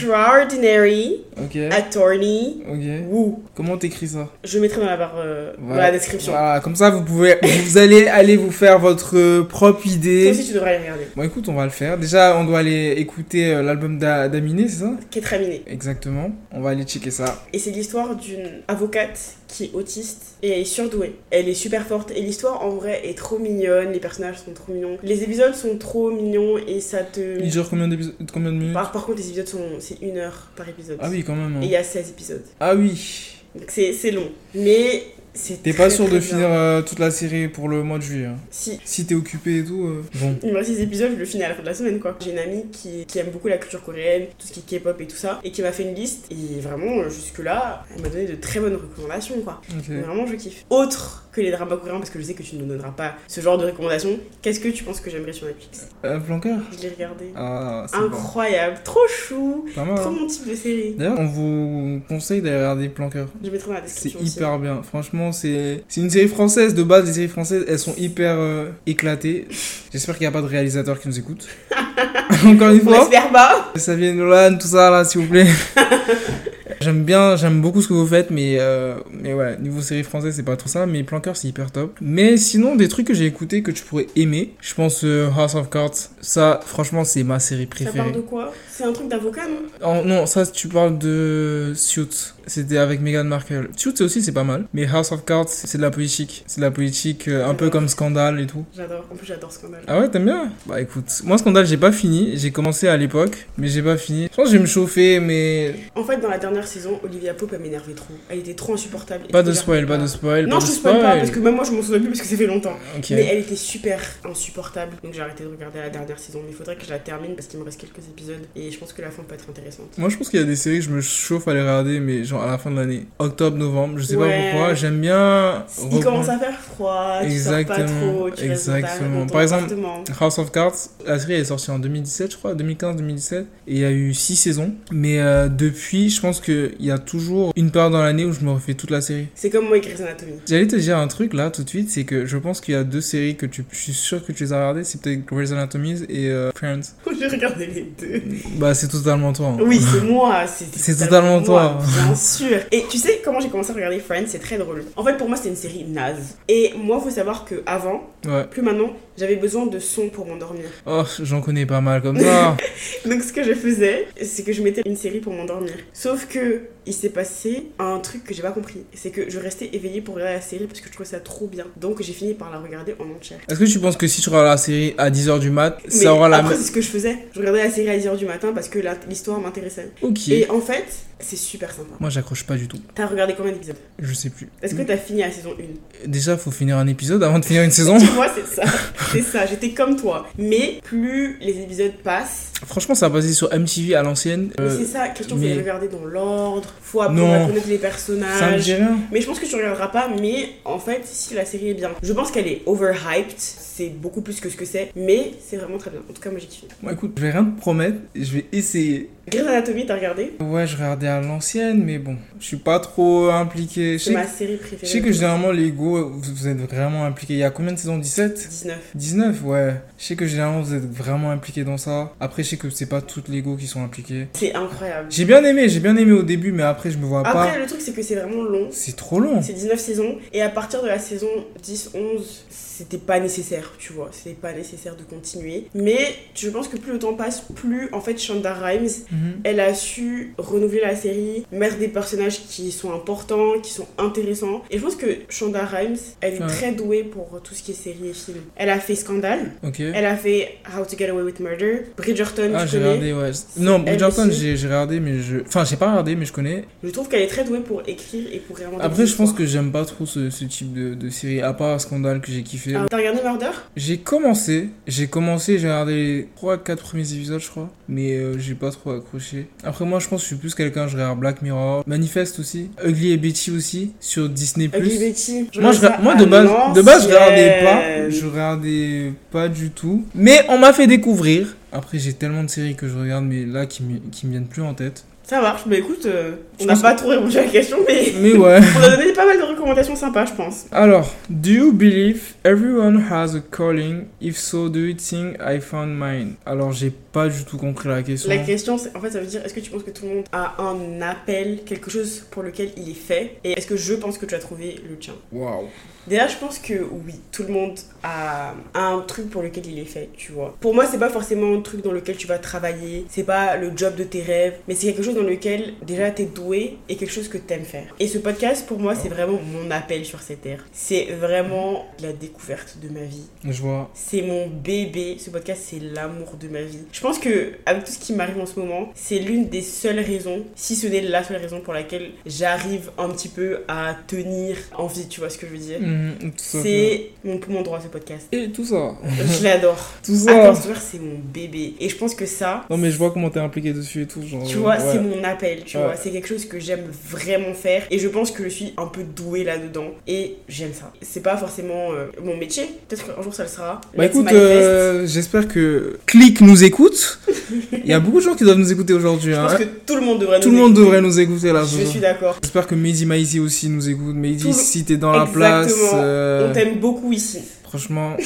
S1: Extraordinary
S2: Ok.
S1: Attorney
S2: Ok.
S1: Who.
S2: Comment t'écris ça
S1: Je mettrai dans la barre, euh, dans
S2: Voilà.
S1: la description.
S2: Voilà, comme ça vous pouvez, [laughs] vous allez aller vous faire votre euh, propre
S1: Toi
S2: idée.
S1: aussi, tu devrais aller regarder.
S2: Bon, écoute, on va le faire. Déjà, on doit aller écouter euh, l'album d'A- d'Aminé, c'est ça
S1: Qui est très miné.
S2: Exactement. On va aller checker ça.
S1: Et c'est l'histoire d'une avocate qui est autiste et elle est surdouée. Elle est super forte et l'histoire en vrai est trop mignonne, les personnages sont trop mignons. Les épisodes sont trop mignons et ça
S2: Il
S1: te...
S2: dure combien, d'épisodes- combien de minutes
S1: Par, par contre les épisodes sont... c'est une heure par épisode.
S2: Ah oui, quand même. hein.
S1: Et il y a 16 épisodes.
S2: Ah oui.
S1: Donc c'est c'est long. Mais c'est...
S2: T'es
S1: très,
S2: pas sûr
S1: très
S2: de
S1: bien.
S2: finir euh, toute la série pour le mois de juillet. hein.
S1: Si.
S2: Si t'es occupé et tout. euh, Bon.
S1: Il me reste 6 épisodes, je le finis à la fin de la semaine quoi. J'ai une amie qui, qui aime beaucoup la culture coréenne, tout ce qui est K-pop et tout ça, et qui m'a fait une liste. Et vraiment, euh, jusque-là, elle m'a donné de très bonnes recommandations quoi.
S2: Ok.
S1: Mais Vraiment, je kiffe. Autre que les dramas coréens, parce que je sais que tu ne nous donneras pas ce genre de recommandations, qu'est-ce que tu penses que j'aimerais sur Netflix
S2: Euh, Blanquer
S1: Je l'ai regardé.
S2: Ah, c'est bon.
S1: Incroyable, trop chou,
S2: Pas mal.
S1: trop
S2: hein.
S1: mon type de série.
S2: D'ailleurs, on vous conseille d'aller regarder Planqueur.
S1: Je mettrai dans la
S2: C'est
S1: description. aussi.
S2: hyper bien. Franchement, c'est c'est une série française. De base, les séries françaises, elles sont hyper euh, éclatées. J'espère qu'il n'y a pas de réalisateur qui
S1: [laughs]
S2: nous écoute. Encore une
S1: On
S2: fois,
S1: espère pas.
S2: ça vient de Nolan, tout ça, là, s'il vous
S1: [laughs]
S2: plaît. J'aime bien, j'aime beaucoup ce que vous faites, mais, euh, mais ouais, niveau série française, c'est pas trop ça. Mais Planqueur, c'est hyper top. Mais sinon, des trucs que j'ai écoutés que tu pourrais aimer, je pense euh, House of Cards. Ça, franchement, c'est ma série
S1: Ça
S2: préférée.
S1: part de quoi C'est un truc d'avocat, non
S2: Oh, non, ça tu parles de Suits. C'était avec Meghan Markle. Suits aussi c'est pas mal, mais House of Cards c'est de la politique. C'est de la politique euh, un peu comme Scandale et tout.
S1: J'adore, en plus j'adore Scandale.
S2: Ah ouais, t'aimes bien Bah écoute, moi Scandale j'ai pas fini. J'ai commencé à l'époque, mais j'ai pas fini. Je pense que je vais me chauffer, mais
S1: En fait, dans la dernière première saison, Olivia Pope, elle m'énervait trop. Elle était trop insupportable.
S2: Pas de spoil, pas de spoil.
S1: Non,
S2: pas
S1: je
S2: de
S1: te spoil pas, parce que même moi, je m'en souviens plus parce que ça fait longtemps.
S2: Ok.
S1: Mais elle était super insupportable. Donc j'ai arrêté de regarder la dernière saison. Mais il faudrait que je la termine parce qu'il me reste quelques épisodes. Et je pense que la fin peut être intéressante.
S2: Moi, je pense qu'il y a des séries que je me chauffe à les regarder, mais genre à la fin de l'année. Octobre, novembre, je sais
S1: Ouais.
S2: pas pourquoi. J'aime bien.
S1: Il
S2: reprendre-
S1: commence à faire froid, tu sors pas
S2: Exactement,
S1: trop, tu restes dans ta-
S2: exactement.
S1: dans ton
S2: Par exemple,
S1: appartement.
S2: House of Cards, la série elle est sortie en 2017, je crois, 2015-2017, et il y a eu 6 saisons. Mais euh, depuis, je pense qu'il y a toujours une période dans l'année où je me refais toute la série.
S1: C'est comme moi et Grey's Anatomy. [laughs]
S2: J'allais te dire un truc là tout de suite, c'est que je pense qu'il y a deux séries que tu, je suis sûr que tu les as regardées, c'est peut-être Grey's Anatomy et euh, Friends.
S1: J'ai regardé les deux.
S2: Bah, c'est totalement toi. hein.
S1: Oui, c'est moi. C'est
S2: C'est totalement
S1: moi,
S2: toi.
S1: Bien sûr. Et tu sais comment j'ai commencé à regarder Friends C'est très drôle. En fait, pour moi, c'était une série naze. Et moi, faut savoir que avant,
S2: Ouais.
S1: plus maintenant, j'avais besoin de son pour m'endormir. [laughs]
S2: Oh, j'en connais pas mal comme ça.
S1: Donc, ce que je faisais, c'est que je mettais une série pour m'endormir. Sauf que il s'est passé un truc que j'ai pas compris. C'est que je restais éveillée pour regarder la série parce que je trouvais ça trop bien. Donc, j'ai fini par la regarder en entière.
S2: Est-ce que tu penses que si tu regardes la série à 10h du mat, ça
S1: Mais
S2: aura la
S1: après,
S2: même.
S1: c'est ce que je faisais. Je regardais la série à 10h du matin parce que la- l'histoire m'intéressait.
S2: Ok.
S1: Et en fait, c'est super sympa.
S2: Moi, j'accroche pas du tout.
S1: T'as regardé combien d'épisodes
S2: Je sais plus.
S1: Est-ce que t'as fini la saison 1
S2: Déjà, faut finir un épisode avant de finir
S1: [laughs]
S2: une saison.
S1: Tu vois, c'est ça. C'est ça, j'étais comme toi. Mais plus les épisodes passent,
S2: Franchement, ça basé sur MTV à l'ancienne.
S1: mais
S2: Euh,
S1: c'est ça, question, faut les
S2: mais-
S1: regarder dans l'ordre, faut apprendre
S2: Non.
S1: à connaître les
S2: ça me
S1: personnages.
S2: dit rien.
S1: Mais je pense que tu regarderas pas, mais en fait, si la série est bien. Je pense qu'elle est overhyped, c'est beaucoup plus que ce que c'est, mais c'est vraiment très bien. En tout cas, moi j'ai kiffé.
S2: Bon, écoute, je vais rien te promettre, je vais essayer.
S1: Grey's Anatomy, t'as regardé
S2: Ouais, je regardais à l'ancienne, mais bon, je suis pas trop impliqué. Je
S1: C'est
S2: sais,
S1: ma
S2: que,
S1: série
S2: je
S1: préférée.
S2: sais que généralement, les go, vous vous êtes vraiment impliqué. Il y a combien de saisons 17
S1: 19.
S2: 19, ouais. Je sais que généralement, vous êtes vraiment impliqué dans ça. Après, je sais que c'est pas toutes les go qui sont impliquées.
S1: C'est incroyable.
S2: J'ai bien aimé, j'ai bien aimé au début, mais après, je me vois
S1: Après,
S2: pas.
S1: le truc, c'est que c'est vraiment long.
S2: C'est trop long.
S1: C'est 19 saisons. Et à partir de la saison 10-11, c'était pas nécessaire, tu vois. C'était pas nécessaire de continuer. Mais je pense que plus le temps passe, plus en fait Shonda Rhimes,
S2: Mhm.
S1: elle a su renouveler la série, mettre des personnages qui sont importants, qui sont intéressants. Et je pense que Shonda Rhimes, elle est
S2: Ouais.
S1: très douée pour tout ce qui est série et film. Elle a fait Scandal,
S2: Ok.
S1: elle a fait How to Get Away with Murder, Bridgerton,
S2: Ah,
S1: je
S2: j'ai
S1: connais.
S2: regardé, ouais. Non,
S1: elle
S2: Bridgerton,
S1: aussi.
S2: j'ai j'ai regardé, mais je. Enfin, j'ai pas regardé, mais je connais.
S1: Je trouve qu'elle est très douée pour écrire et pour réinventer
S2: Après,
S1: des
S2: je pense
S1: histoires.
S2: que j'aime pas trop ce, ce type de, de série, à part Scandale que j'ai kiffé.
S1: Ah, T'as regardé Murder
S2: J'ai commencé, j'ai commencé, j'ai regardé les 3-4 premiers épisodes, je crois, mais euh, j'ai pas trop accroché. Après, moi, je pense que je suis plus quelqu'un, je regarde Black Mirror, Manifest aussi, Ugly et Betty aussi, sur Disney.
S1: Ugly Betty.
S2: Moi, je,
S1: regarde
S2: ra-
S1: ça
S2: moi
S1: à
S2: de, base, de base, je regardais pas.
S1: l'ancienne.
S2: Je regardais pas du tout. Mais on m'a fait découvrir. Après, j'ai tellement de séries que je regarde, mais là, qui, me- qui me viennent plus en tête.
S1: Ça marche, mais écoute, euh,
S2: Je
S1: on n'a
S2: pense
S1: pas trop répondu à la question, mais
S2: [laughs] Mais ouais.
S1: on a donné pas mal de recommandations sympas, je pense.
S2: Alors, do you believe everyone has a calling? If so, do you think I found mine? Alors, j'ai pas du tout compris la question.
S1: La question, c'est, en fait, ça veut dire est-ce que tu penses que tout le monde a un appel, quelque chose pour lequel il est fait Et est-ce que je pense que tu as trouvé le tien
S2: Waouh.
S1: Déjà, je pense que oui, tout le monde a un truc pour lequel il est fait, tu vois. Pour moi, c'est pas forcément un truc dans lequel tu vas travailler, c'est pas le job de tes rêves, mais c'est quelque chose dans lequel déjà t'es doué et quelque chose que t'aimes faire. Et ce podcast, pour moi, c'est vraiment mon appel sur cette terre. C'est vraiment la découverte de ma vie.
S2: Je vois.
S1: C'est mon bébé. Ce podcast, c'est l'amour de ma vie. Je pense que, avec tout ce qui m'arrive en ce moment, c'est l'une des seules raisons, si ce n'est la seule raison pour laquelle j'arrive un petit peu à tenir en vie, tu vois ce que je veux dire
S2: Mhm, tout ça.
S1: c'est mon poumon droit ce podcast.
S2: Et tout ça.
S1: Je
S2: [laughs]
S1: l'adore.
S2: Tout ça.
S1: Attends, c'est mon bébé. Et je pense que ça,
S2: Non, mais je vois comment t'es impliqué dessus et tout. Genre,
S1: tu vois,
S2: ouais.
S1: c'est mon appel, tu
S2: Ouais.
S1: vois. C'est quelque chose que j'aime vraiment faire. Et je pense que je suis un peu douée là-dedans. Et j'aime ça. C'est pas forcément euh, mon métier. Peut-être qu'un jour ça le sera.
S2: Bah
S1: Let's
S2: écoute,
S1: manifest.
S2: euh, j'espère que Click nous écoute. Il y a beaucoup de gens qui doivent nous écouter aujourd'hui.
S1: je
S2: hein.
S1: pense que tout le monde devrait
S2: Tout
S1: nous
S2: le monde
S1: écouter.
S2: devrait nous écouter là. ce
S1: Je
S2: soir.
S1: suis d'accord.
S2: J'espère que Mehdi Maizi aussi nous écoute. Mehdi,
S1: Tout le-
S2: si t'es dans la
S1: Exactement.
S2: place, euh,
S1: On t'aime beaucoup ici.
S2: franchement,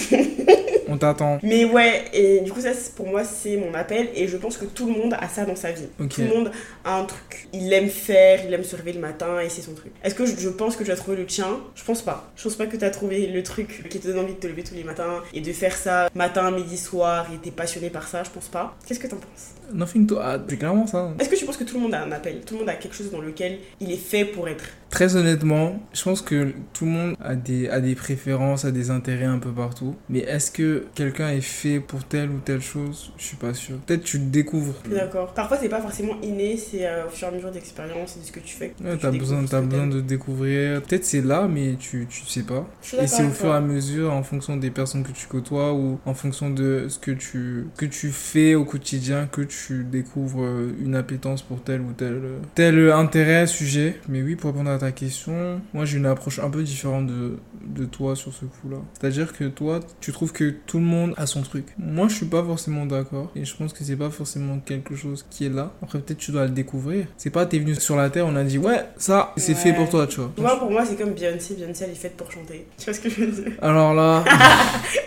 S2: on t'attend.
S1: Mais ouais, et du coup, ça, c'est- pour moi, c'est mon appel. Et je pense que tout le monde a ça dans sa vie.
S2: Ok.
S1: Tout le monde a un truc. Il aime faire, il aime se réveiller le matin et c'est son truc. Est-ce que je, je pense que tu as trouvé le tien Je pense pas. Je pense pas que tu as trouvé le truc qui te donne envie de te lever tous les matins et de faire ça matin, midi, soir et t'es passionné par ça. Je pense pas. Qu'est-ce que t'en penses
S2: Nothing to add. Ah, C'est clairement ça.
S1: Est-ce que tu penses que tout le monde a un appel Tout le monde a quelque chose dans lequel il est fait pour être.
S2: Très honnêtement, je pense que tout le monde a des, a des préférences, a des intérêts un peu partout. Mais est-ce que que quelqu'un est fait pour telle ou telle chose, je suis pas sûr. Peut-être tu le découvres.
S1: D'accord. Parfois, c'est pas forcément inné, c'est euh, au fur et à mesure d'expérience et de ce que tu fais. que
S2: Ouais,
S1: tu
S2: t'as besoin,
S1: découvres ce
S2: t'as
S1: que
S2: besoin
S1: t'aimes.
S2: de découvrir. Peut-être c'est là, mais tu, tu sais pas.
S1: Je suis
S2: Et
S1: d'accord
S2: c'est au
S1: avec
S2: fur et
S1: toi.
S2: à mesure, en fonction des personnes que tu côtoies ou en fonction de ce que tu, que tu fais au quotidien, que tu découvres euh, une appétence pour tel ou tel, euh, tel intérêt, sujet. Mais oui, pour répondre à ta question, moi j'ai une approche un peu différente de, de toi sur ce coup-là. C'est-à-dire que toi, tu trouves que tout le monde a son truc. Moi, je suis pas forcément d'accord et je pense que c'est pas forcément quelque chose qui est là. Après, peut-être tu dois le découvrir. C'est pas, t'es venu sur la terre, on a dit, ouais, ça, c'est
S1: Ouais.
S2: fait pour toi, tu vois.
S1: Moi, pour moi, c'est comme Beyoncé. Beyoncé, elle est faite pour chanter. Tu vois ce que je veux dire [laughs]
S2: Alors là,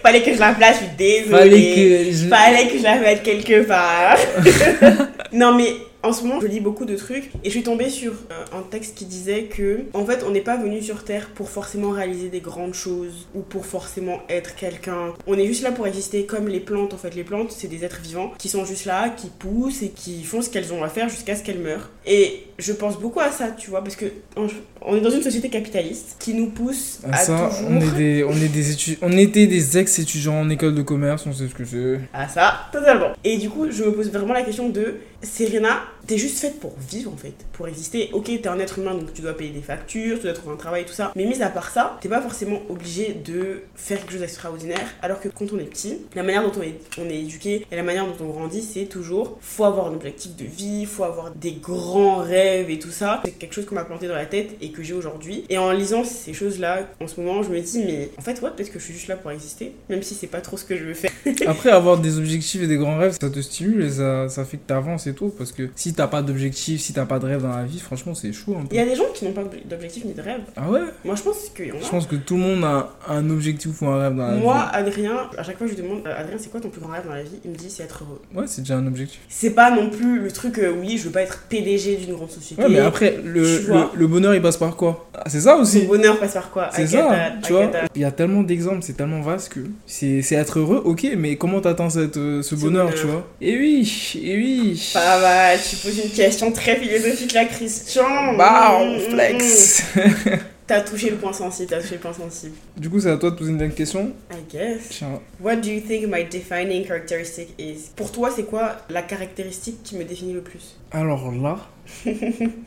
S1: Fallait que je la place, je suis désolée.
S2: fallait que je-
S1: Fallait que je la mette quelque
S2: [laughs]
S1: part. [laughs] non, mais en ce moment, je lis beaucoup de trucs et je suis tombée sur euh, un texte qui disait que, en fait, on n'est pas venu sur Terre pour forcément réaliser des grandes choses ou pour forcément être quelqu'un. On est juste là pour exister comme les plantes. En fait, les plantes, c'est des êtres vivants qui sont juste là, qui poussent et qui font ce qu'elles ont à faire jusqu'à ce qu'elles meurent. Et je pense beaucoup à ça, tu vois, parce que on, on est dans une société capitaliste qui nous pousse
S2: Ah,
S1: à
S2: ça,
S1: toujours.
S2: on, est des, on, est des étu- on était des ex-étudiants en école de commerce, on sait ce que
S1: [laughs]
S2: c'est.
S1: Ah ça, totalement. Et du coup, je me pose vraiment la question de Serena, t'es juste faite pour vivre en fait, pour exister. Ok, t'es un être humain donc tu dois payer des factures, tu dois trouver un travail, tout ça. Mais mis à part ça, t'es pas forcément obligé de faire quelque chose d'extraordinaire. Alors que quand on est petit, la manière dont on est, on est éduqué et la manière dont on grandit, c'est toujours faut avoir un objectif de vie, faut avoir des grands rêves et tout ça. C'est quelque chose qu'on m'a planté dans la tête et que j'ai aujourd'hui. Et en lisant ces choses-là, en ce moment, je me dis, mais en fait, ouais, peut-être que je suis juste là pour exister, même si c'est pas trop ce que je veux faire.
S2: Après, avoir des objectifs et des grands rêves, ça te stimule et ça, ça fait que t'avances et tout. Parce que si t'as pas d'objectifs, si t'as pas de rêve dans la vie, franchement, c'est chaud un
S1: Il
S2: peu.
S1: y a des gens qui n'ont pas d'objectif ni de rêve.
S2: Ah ouais
S1: Moi, je pense qu'il y en
S2: Je
S1: a.
S2: pense que tout le monde a un objectif ou un rêve dans la
S1: Moi, Adrien, à chaque fois, je lui demande euh, Adrien, c'est quoi ton plus grand rêve dans la vie Il me dit c'est être heureux.
S2: vie. Ouais, c'est déjà un objectif.
S1: C'est pas non plus le truc, euh, oui, je veux pas être PDG d'une grande société.
S2: Ouais, mais après, le,
S1: tu vois.
S2: le, le bonheur, il passe par quoi Ah, C'est ça
S1: Son
S2: aussi
S1: bonheur passe par quoi
S2: C'est ça,
S1: Akata,
S2: tu vois.
S1: Akata.
S2: Il y a tellement d'exemples, c'est tellement vaste que c'est c'est être heureux, ok, mais comment t'atteins cette, euh, ce
S1: Ce
S2: bonheur,
S1: bonheur.
S2: tu vois Et oui, et oui.
S1: Pas mal, tu poses une question très philosophique là, Christian.
S2: Bah,
S1: Mmh,
S2: on
S1: mmh, mmh.
S2: flex.
S1: T'as touché le point sensible, t'as touché le point sensible.
S2: Du coup, c'est à toi de poser une dernière question.
S1: I guess.
S2: Tiens,
S1: What do you think my defining characteristic is Pour toi, c'est quoi la caractéristique qui me définit le plus
S2: alors là,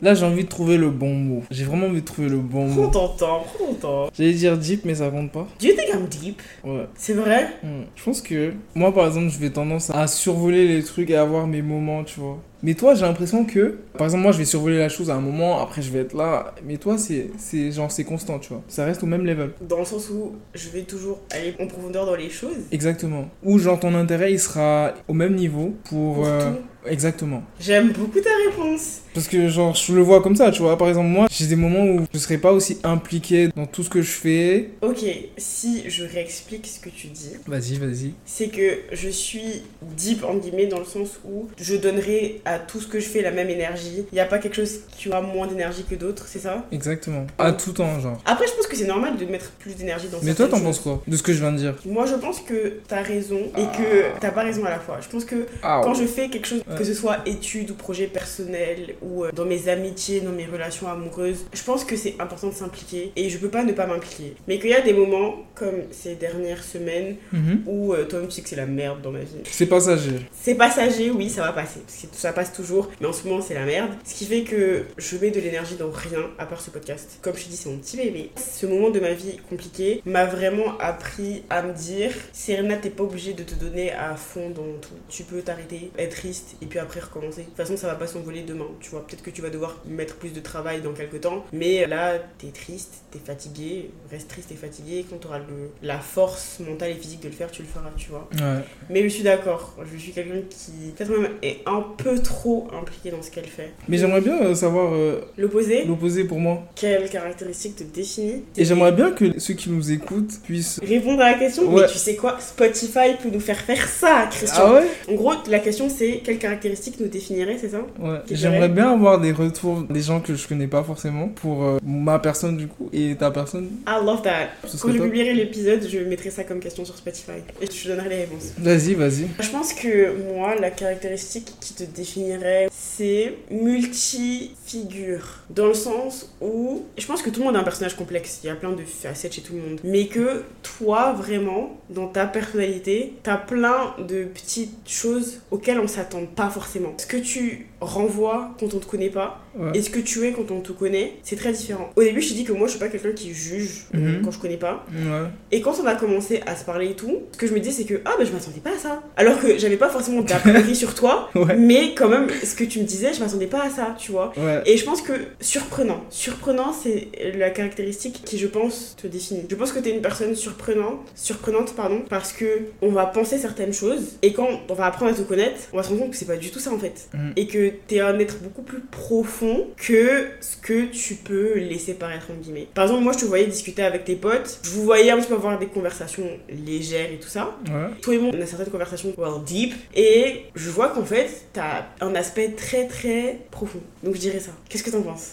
S2: là j'ai envie de trouver le bon mot. J'ai vraiment envie de trouver le bon
S1: Prends
S2: mot.
S1: ton temps, prends ton temps.
S2: J'allais dire deep, mais ça compte pas.
S1: Do you think I'm deep
S2: Ouais.
S1: C'est vrai
S2: Hmm. Je pense que moi, par exemple, je vais tendance à survoler les trucs et à avoir mes moments, tu vois. Mais toi, j'ai l'impression que, par exemple, moi, je vais survoler la chose à un moment, après, je vais être là. Mais toi, c'est, c'est genre, c'est constant, tu vois. Ça reste au même level.
S1: Dans le sens où je vais toujours aller en profondeur dans les choses.
S2: Exactement. Ou genre, ton intérêt, il sera au même niveau pour.
S1: Pour
S2: euh,
S1: tout.
S2: Exactement.
S1: J'aime beaucoup ta réponse.
S2: Parce que genre je le vois comme ça, tu vois. Par exemple moi, j'ai des moments où je serais pas aussi impliqué dans tout ce que je fais.
S1: Ok, si je réexplique ce que tu dis,
S2: Vas-y, vas-y.
S1: c'est que je suis deep en guillemets dans le sens où je donnerai à tout ce que je fais la même énergie. Il n'y a pas quelque chose qui aura moins d'énergie que d'autres, c'est ça
S2: Exactement. À tout temps, genre.
S1: Après, je pense que c'est normal de mettre plus d'énergie dans
S2: Mais toi, t'en
S1: certaines
S2: penses
S1: choses.
S2: quoi Ah. de ce que je viens de dire
S1: Moi, je pense que t'as raison et que t'as pas raison à la fois. Je pense que
S2: Ah
S1: Quand je fais quelque chose,
S2: Ouais.
S1: que ce soit étude ou projet personnel ou euh, dans mes amitiés, dans mes relations amoureuses, je pense que c'est important de s'impliquer et je peux pas ne pas m'impliquer. Mais qu'il y a des moments, comme ces dernières semaines,
S2: Mhm.
S1: où euh, toi-même tu sais que c'est la merde dans ma vie.
S2: C'est passager.
S1: C'est passager, oui, ça va passer, parce que ça passe toujours, mais en ce moment c'est la merde. Ce qui fait que je mets de l'énergie dans rien à part ce podcast. Comme je te dis, c'est mon petit bébé. Ce moment de ma vie compliqué m'a vraiment appris à me dire Serena, t'es pas obligée de te donner à fond dans tout. Tu peux t'arrêter, être triste et puis après recommencer. De toute façon, ça va pas s'envoler demain, tu vois. Peut-être que tu vas devoir mettre plus de travail dans quelques temps, mais là, t'es triste, t'es fatigué, reste triste et fatigué. Quand t'auras le- la force mentale et physique de le faire, tu le feras, tu vois.
S2: Ouais.
S1: Mais je suis d'accord, je suis quelqu'un qui peut-être même est un peu trop impliqué dans ce qu'elle fait.
S2: Mais j'aimerais bien euh, savoir euh,
S1: L'opposé,
S2: l'opposé pour moi.
S1: quelle caractéristique te définit
S2: Et j'aimerais bien que ceux qui nous écoutent puissent.
S1: Répondre à la question,
S2: Ouais.
S1: mais tu sais quoi Spotify peut nous faire faire ça, Christian.
S2: Ah ouais
S1: En gros, la question c'est quelle caractéristiques nous définiraient, c'est ça
S2: Ouais.
S1: Qui
S2: J'aimerais
S1: dirait-
S2: bien avoir des retours des gens que je connais pas forcément pour euh, ma personne du coup et ta personne.
S1: I love that.
S2: Ce
S1: Quand
S2: serait
S1: je
S2: top.
S1: publierai l'épisode, je mettrai ça comme question sur Spotify et je te donnerai les réponses.
S2: Vas-y, vas-y.
S1: Je pense que moi, la caractéristique qui te définirait, c'est multi-figure. Dans le sens où je pense que tout le monde a un personnage complexe. Il y a plein de facettes chez tout le monde. Mais que toi, vraiment, dans ta personnalité, t'as plein de petites choses auxquelles on s'attend pas forcément. Ce que tu renvoies quand on te connaît pas
S2: Ouais.
S1: et ce que tu es quand on te connaît, c'est très différent. Au début, je t'ai dit que moi, je suis pas quelqu'un qui juge euh,
S2: Mhm.
S1: quand je connais pas.
S2: Ouais.
S1: Et quand on a commencé à se parler et tout, ce que je me disais c'est que ah bah je m'attendais pas à ça. Alors que j'avais pas forcément d'a priori sur toi,
S2: Ouais.
S1: mais quand même ce que tu me disais, je m'attendais pas à ça, tu vois.
S2: Ouais.
S1: Et je pense que surprenant, surprenant c'est la caractéristique qui je pense te définit. Je pense que t'es une personne surprenante, surprenante pardon, parce que on va penser certaines choses et quand on va apprendre à te connaître, on va se rendre compte que c'est pas du tout ça en fait.
S2: Mm.
S1: Et que t'es un être beaucoup plus profond que ce que tu peux laisser paraître entre guillemets. Par exemple moi je te voyais discuter avec tes potes, je vous voyais un petit peu avoir des conversations légères et tout ça,
S2: Ouais.
S1: toi et moi, on a certaines conversations well deep et je vois qu'en fait, t'as un aspect très très profond. Donc je dirais ça. Qu'est-ce que t'en penses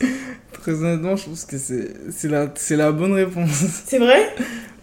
S2: Très honnêtement, je pense que c'est c'est la, c'est la bonne réponse. [laughs]
S1: C'est vrai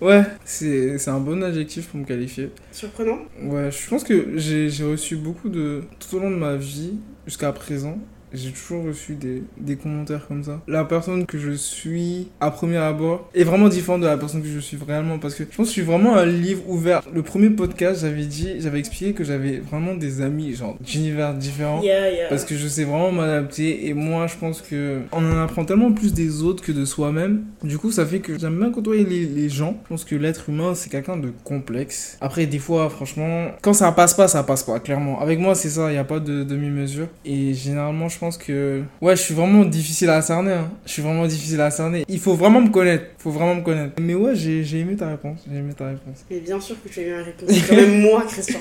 S2: ouais, c'est c'est un bon adjectif pour me qualifier.
S1: Surprenant
S2: Ouais, je pense que j'ai j'ai reçu beaucoup de... Tout au long de ma vie, jusqu'à présent, j'ai toujours reçu des, des commentaires comme ça. La personne que je suis à premier abord est vraiment différente de la personne que je suis réellement parce que je pense que je suis vraiment un livre ouvert. Le premier podcast, j'avais dit, j'avais expliqué que j'avais vraiment des amis, genre d'univers différents.
S1: Yeah, yeah.
S2: Parce que je sais vraiment m'adapter et moi je pense que on en apprend tellement plus des autres que de soi-même. Du coup ça fait que j'aime bien côtoyer les, les gens. Je pense que l'être humain c'est quelqu'un de complexe. Après des fois franchement quand ça passe pas ça passe pas clairement. Avec moi c'est ça, il n'y a pas de demi-mesure. Et généralement je pense que ouais je suis vraiment difficile à cerner. hein. Je suis vraiment difficile à cerner. Il faut vraiment me connaître. faut vraiment me connaître. Mais ouais j'ai j'ai aimé ta réponse. J'ai aimé ta réponse.
S1: Mais bien sûr que tu as eu la réponse. C'est quand même [laughs] moi, Christian.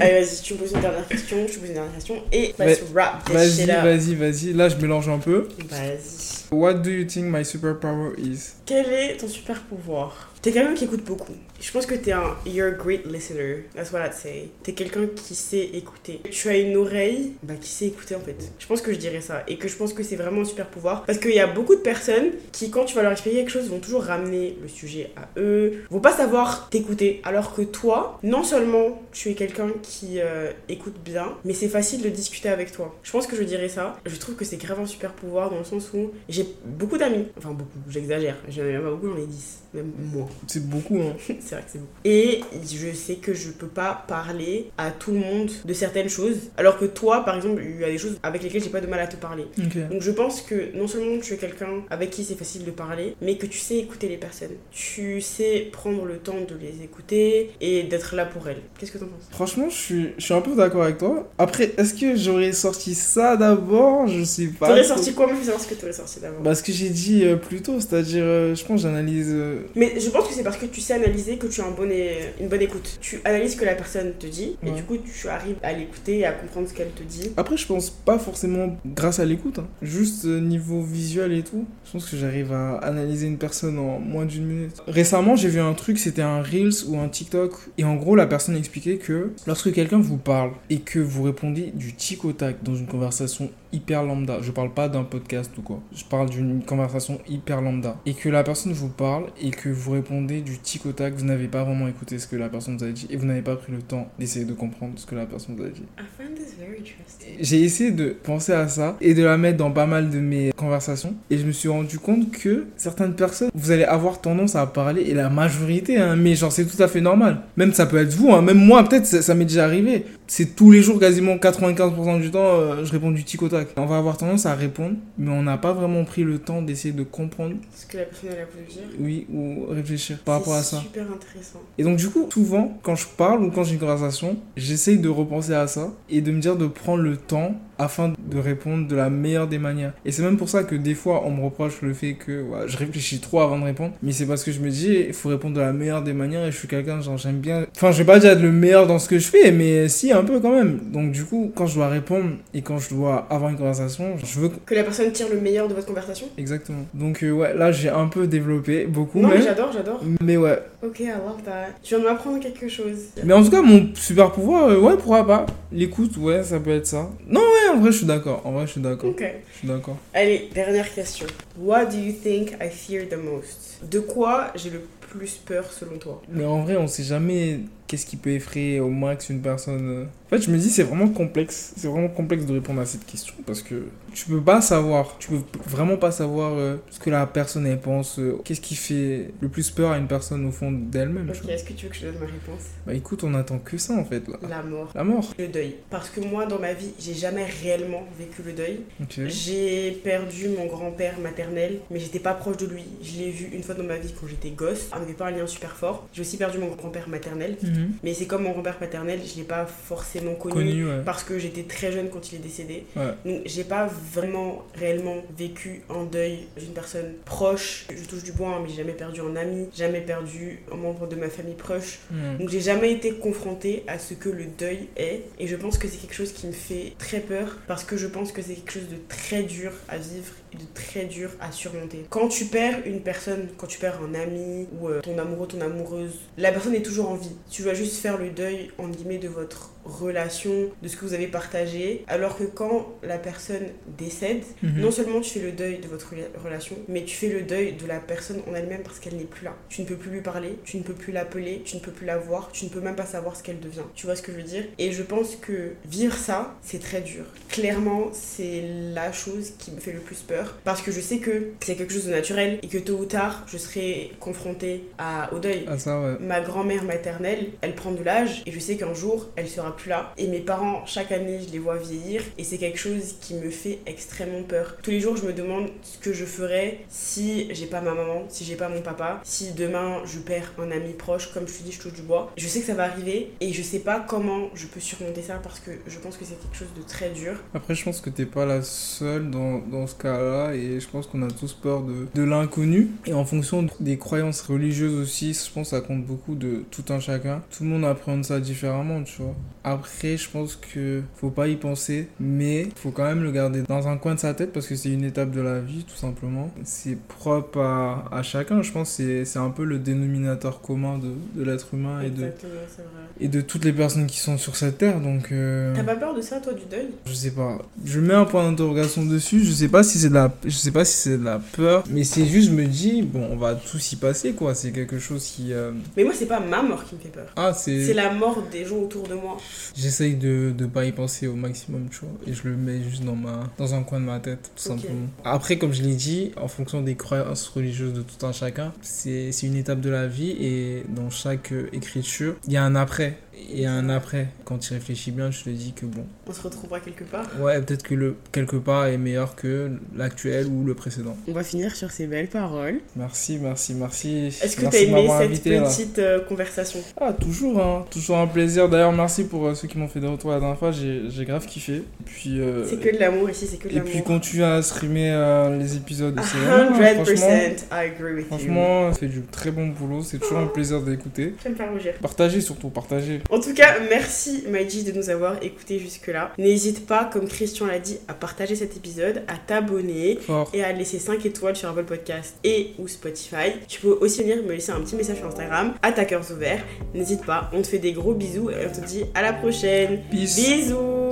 S1: Allez, vas-y, tu me poses une dernière question, tu me poses une dernière question et let's wrap this
S2: Vas-y
S1: shit up.
S2: vas-y vas-y. Là je mélange un peu.
S1: Vas-y.
S2: What do you think my superpower is?
S1: Quel est ton super pouvoir T'es quelqu'un qui écoute beaucoup. Je pense que t'es un you're a great listener. That's what I'd say. T'es quelqu'un qui sait écouter. Tu as une oreille bah, qui sait écouter en fait. Je pense que je dirais ça et que je pense que c'est vraiment un super pouvoir parce qu'il y a beaucoup de personnes qui quand tu vas leur expliquer quelque chose vont toujours ramener le sujet à eux, vont pas savoir t'écouter. Alors que toi, non seulement tu es quelqu'un qui euh, écoute bien, mais c'est facile de discuter avec toi. Je pense que je dirais ça. Je trouve que c'est grave un super pouvoir dans le sens où j'ai beaucoup d'amis. Enfin beaucoup, j'exagère. J'en ai même pas beaucoup, j'en ai 10. Même moins. [laughs]
S2: C'est beaucoup hein.
S1: c'est vrai que c'est beaucoup. Et je sais que je peux pas parler à tout le monde de certaines choses. Alors que toi, par exemple, il y a des choses avec lesquelles j'ai pas de mal à te parler.
S2: Ok.
S1: Donc je pense que non seulement tu es quelqu'un avec qui c'est facile de parler, mais que tu sais écouter les personnes. Tu sais prendre le temps de les écouter et d'être là pour elles. Qu'est-ce que t'en penses
S2: Franchement, je suis, je suis un peu d'accord avec toi. Après, est-ce que j'aurais sorti ça d'abord Je sais pas.
S1: T'aurais sorti quoi Moi je veux savoir ce que t'aurais sorti d'abord.
S2: Bah, ce que j'ai dit euh, plus tôt, c'est-à-dire, euh, je pense, que j'analyse. euh,
S1: Mais je pense que c'est parce que tu sais analyser que tu as un bon é- une bonne écoute. Tu analyses ce que la personne te dit et
S2: Ouais.
S1: du coup tu arrives à l'écouter et à comprendre ce qu'elle te dit.
S2: Après, je pense pas forcément grâce à l'écoute, hein. juste euh, niveau visuel et tout. Je pense que j'arrive à analyser une personne en moins d'une minute. Récemment, j'ai vu un truc, c'était un Reels ou un TikTok. Et en gros, la personne expliquait que lorsque quelqu'un vous parle et que vous répondez du tic au tac dans une conversation hyper lambda, je parle pas d'un podcast ou quoi, je parle d'une conversation hyper lambda, et que la personne vous parle et que vous répondez du tic au tac, vous n'avez pas vraiment écouté ce que la personne vous a dit et vous n'avez pas pris le temps d'essayer de comprendre ce que la personne vous a dit.
S1: I find this very interesting.
S2: J'ai essayé de penser à ça et de la mettre dans pas mal de mes conversations. Et je me suis rendu compte que certaines personnes, vous allez avoir tendance à parler, et la majorité, hein, mais genre c'est tout à fait normal. Même ça peut être vous, hein, même moi peut-être, ça, ça m'est déjà arrivé. C'est tous les jours, quasiment 95% du temps, euh, je réponds du tic au tac. On va avoir tendance à répondre, mais on n'a pas vraiment pris le temps d'essayer de comprendre,
S1: Ce que la personne elle a voulu dire.
S2: oui, ou réfléchir par rapport à
S1: C'est
S2: ça.
S1: super intéressant.
S2: Et donc du coup, souvent, quand je parle ou quand j'ai une conversation, j'essaye de repenser à ça et de me dire de prendre le temps afin de répondre de la meilleure des manières. Et c'est même pour ça que des fois, on me reproche le fait que ouais, je réfléchis trop avant de répondre. Mais c'est parce que je me dis, il faut répondre de la meilleure des manières et je suis quelqu'un, genre, j'aime bien. Enfin, je vais pas dire être le meilleur dans ce que je fais, mais si, un peu quand même. Donc, du coup, quand je dois répondre et quand je dois avoir une conversation, je veux.
S1: Que la personne tire le meilleur de votre conversation
S2: Exactement. Donc, euh, ouais, là, j'ai un peu développé, beaucoup.
S1: Non, mais
S2: même.
S1: j'adore, j'adore.
S2: Mais ouais.
S1: Ok, alors t'as. Tu viens de m'apprendre quelque chose.
S2: Mais en tout cas, mon super pouvoir, euh, ouais, pourquoi pas. L'écoute, ouais, ça peut être ça. Non, ouais, en vrai, je suis d'accord. En vrai, je suis d'accord.
S1: Ok.
S2: Je suis d'accord.
S1: Allez, dernière question. What do you think I fear the most De quoi j'ai le plus peur selon toi
S2: Mais en vrai, on sait jamais qu'est-ce qui peut effrayer au max une personne. euh. En fait, je me dis, c'est vraiment complexe. C'est vraiment complexe de répondre à cette question parce que tu peux pas savoir. Tu peux vraiment pas savoir euh, ce que la personne elle pense. euh, qu'est-ce qui fait le plus peur à une personne au fond d'elle-même. tu
S1: Ok,
S2: vois.
S1: est-ce que tu veux que je te donne ma réponse
S2: Bah écoute, on attend que ça en fait là.
S1: La mort.
S2: La mort.
S1: Le deuil. Parce que moi, dans ma vie, j'ai jamais réellement vécu le deuil.
S2: Ok.
S1: J'ai perdu mon grand-père maternel, mais j'étais pas proche de lui. Je l'ai vu une fois dans ma vie quand j'étais gosse. On n'avait pas un lien super fort. J'ai aussi perdu mon grand-père maternel,
S2: Mhm.
S1: mais c'est comme mon grand-père paternel, je l'ai pas forcément connu,
S2: Connu, ouais.
S1: parce que j'étais très jeune quand il est décédé.
S2: Ouais.
S1: Donc j'ai pas vraiment réellement vécu un deuil d'une personne proche. Je touche du bois, hein, mais j'ai jamais perdu un ami, jamais perdu un membre de ma famille proche.
S2: Mhm.
S1: Donc j'ai jamais été confrontée à ce que le deuil est et je pense que c'est quelque chose qui me fait très peur parce que je pense que c'est quelque chose de très dur à vivre et de très dur à surmonter. Quand tu perds une personne, quand tu perds un ami ou euh, ton amoureux, ton amoureuse, la personne est toujours en vie. Tu vas juste faire le deuil en guillemets de votre relation, de ce que vous avez partagé, alors que quand la personne décède,
S2: Mhm.
S1: non seulement tu fais le deuil de votre rela- relation, mais tu fais le deuil de la personne en elle-même parce qu'elle n'est plus là. Tu ne peux plus lui parler, tu ne peux plus l'appeler, tu ne peux plus la voir, tu ne peux même pas savoir ce qu'elle devient. Tu vois ce que je veux dire Et je pense que vivre ça, c'est très dur. Clairement, c'est la chose qui me fait le plus peur parce que je sais que c'est quelque chose de naturel et que tôt ou tard, je serai confrontée à, au deuil.
S2: Ah ça ouais.
S1: Ma grand-mère maternelle, elle prend de l'âge et je sais qu'un jour, elle sera plus là. Et mes parents, chaque année, je les vois vieillir et c'est quelque chose qui me fait extrêmement peur. Tous les jours, je me demande ce que je ferais si j'ai pas ma maman, si j'ai pas mon papa, si demain je perds un ami proche, comme je te dis, je touche du bois. Je sais que ça va arriver et je sais pas comment je peux surmonter ça parce que je pense que c'est quelque chose de très dur.
S2: Après, je pense que t'es pas la seule dans, dans ce cas-là, et je pense qu'on a tous peur de, de l'inconnu. Et en fonction des croyances religieuses aussi, je pense que ça compte beaucoup de tout un chacun. Tout le monde appréhende ça différemment, tu vois. Après, je pense que faut pas y penser, mais faut quand même le garder dans un coin de sa tête parce que c'est une étape de la vie, tout simplement. C'est propre à, à chacun, je pense. que C'est c'est un peu le dénominateur commun de, de l'être humain et de,
S1: Exactement, c'est vrai.
S2: et de toutes les personnes qui sont sur cette terre, donc. euh,
S1: T'as pas peur de ça, toi, du deuil
S2: je sais pas. Je mets un point d'interrogation dessus. Je sais pas si c'est de la, je sais pas si c'est de la peur, mais c'est juste je me dis bon, on va tous y passer quoi. C'est quelque chose qui euh,
S1: Mais moi, c'est pas ma mort qui me fait peur.
S2: ah
S1: C'est
S2: c'est.
S1: la mort des gens autour de moi.
S2: J'essaye de de pas y penser au maximum tu vois et je le mets juste dans ma dans un coin de ma tête tout
S1: Ok.
S2: simplement. Après comme je l'ai dit, en fonction des croyances religieuses de tout un chacun, c'est c'est une étape de la vie et dans chaque euh, écriture il y a un après. Il y a un après. Quand tu réfléchis bien, je te dis que bon.
S1: On se retrouvera quelque part.
S2: Ouais, peut-être que le quelque part est meilleur que l'actuel ou le précédent.
S1: On va finir sur ces belles paroles.
S2: Merci, merci, merci.
S1: Est-ce que tu as
S2: Merci de
S1: aimé
S2: m'avoir
S1: cette
S2: invité, là.
S1: petite euh, conversation
S2: Ah, toujours, hein. Toujours un plaisir. D'ailleurs, merci pour euh, ceux qui m'ont fait des retours la dernière fois. J'ai j'ai grave kiffé. Et puis, euh,
S1: C'est que de l'amour ici, c'est que de
S2: et
S1: l'amour. Ah,
S2: puis continue à streamer euh, les épisodes de ces lives, hein. Franchement,
S1: 100% I agree with you.
S2: franchement, c'est du très bon boulot. C'est toujours un plaisir d'écouter.
S1: Tu vas me faire rougir.
S2: Partagez surtout, partagez.
S1: En tout cas, merci Maïji de nous avoir écoutés jusque-là. N'hésite pas, comme Christian l'a dit, à partager cet épisode, à t'abonner
S2: Fort.
S1: et à laisser 5 étoiles sur Apple Podcast et ou Spotify. Tu peux aussi venir me laisser un petit message sur Instagram, attaqueurs ouverts. N'hésite pas, on te fait des gros bisous et on te dit à la prochaine.
S2: Peace.
S1: Bisous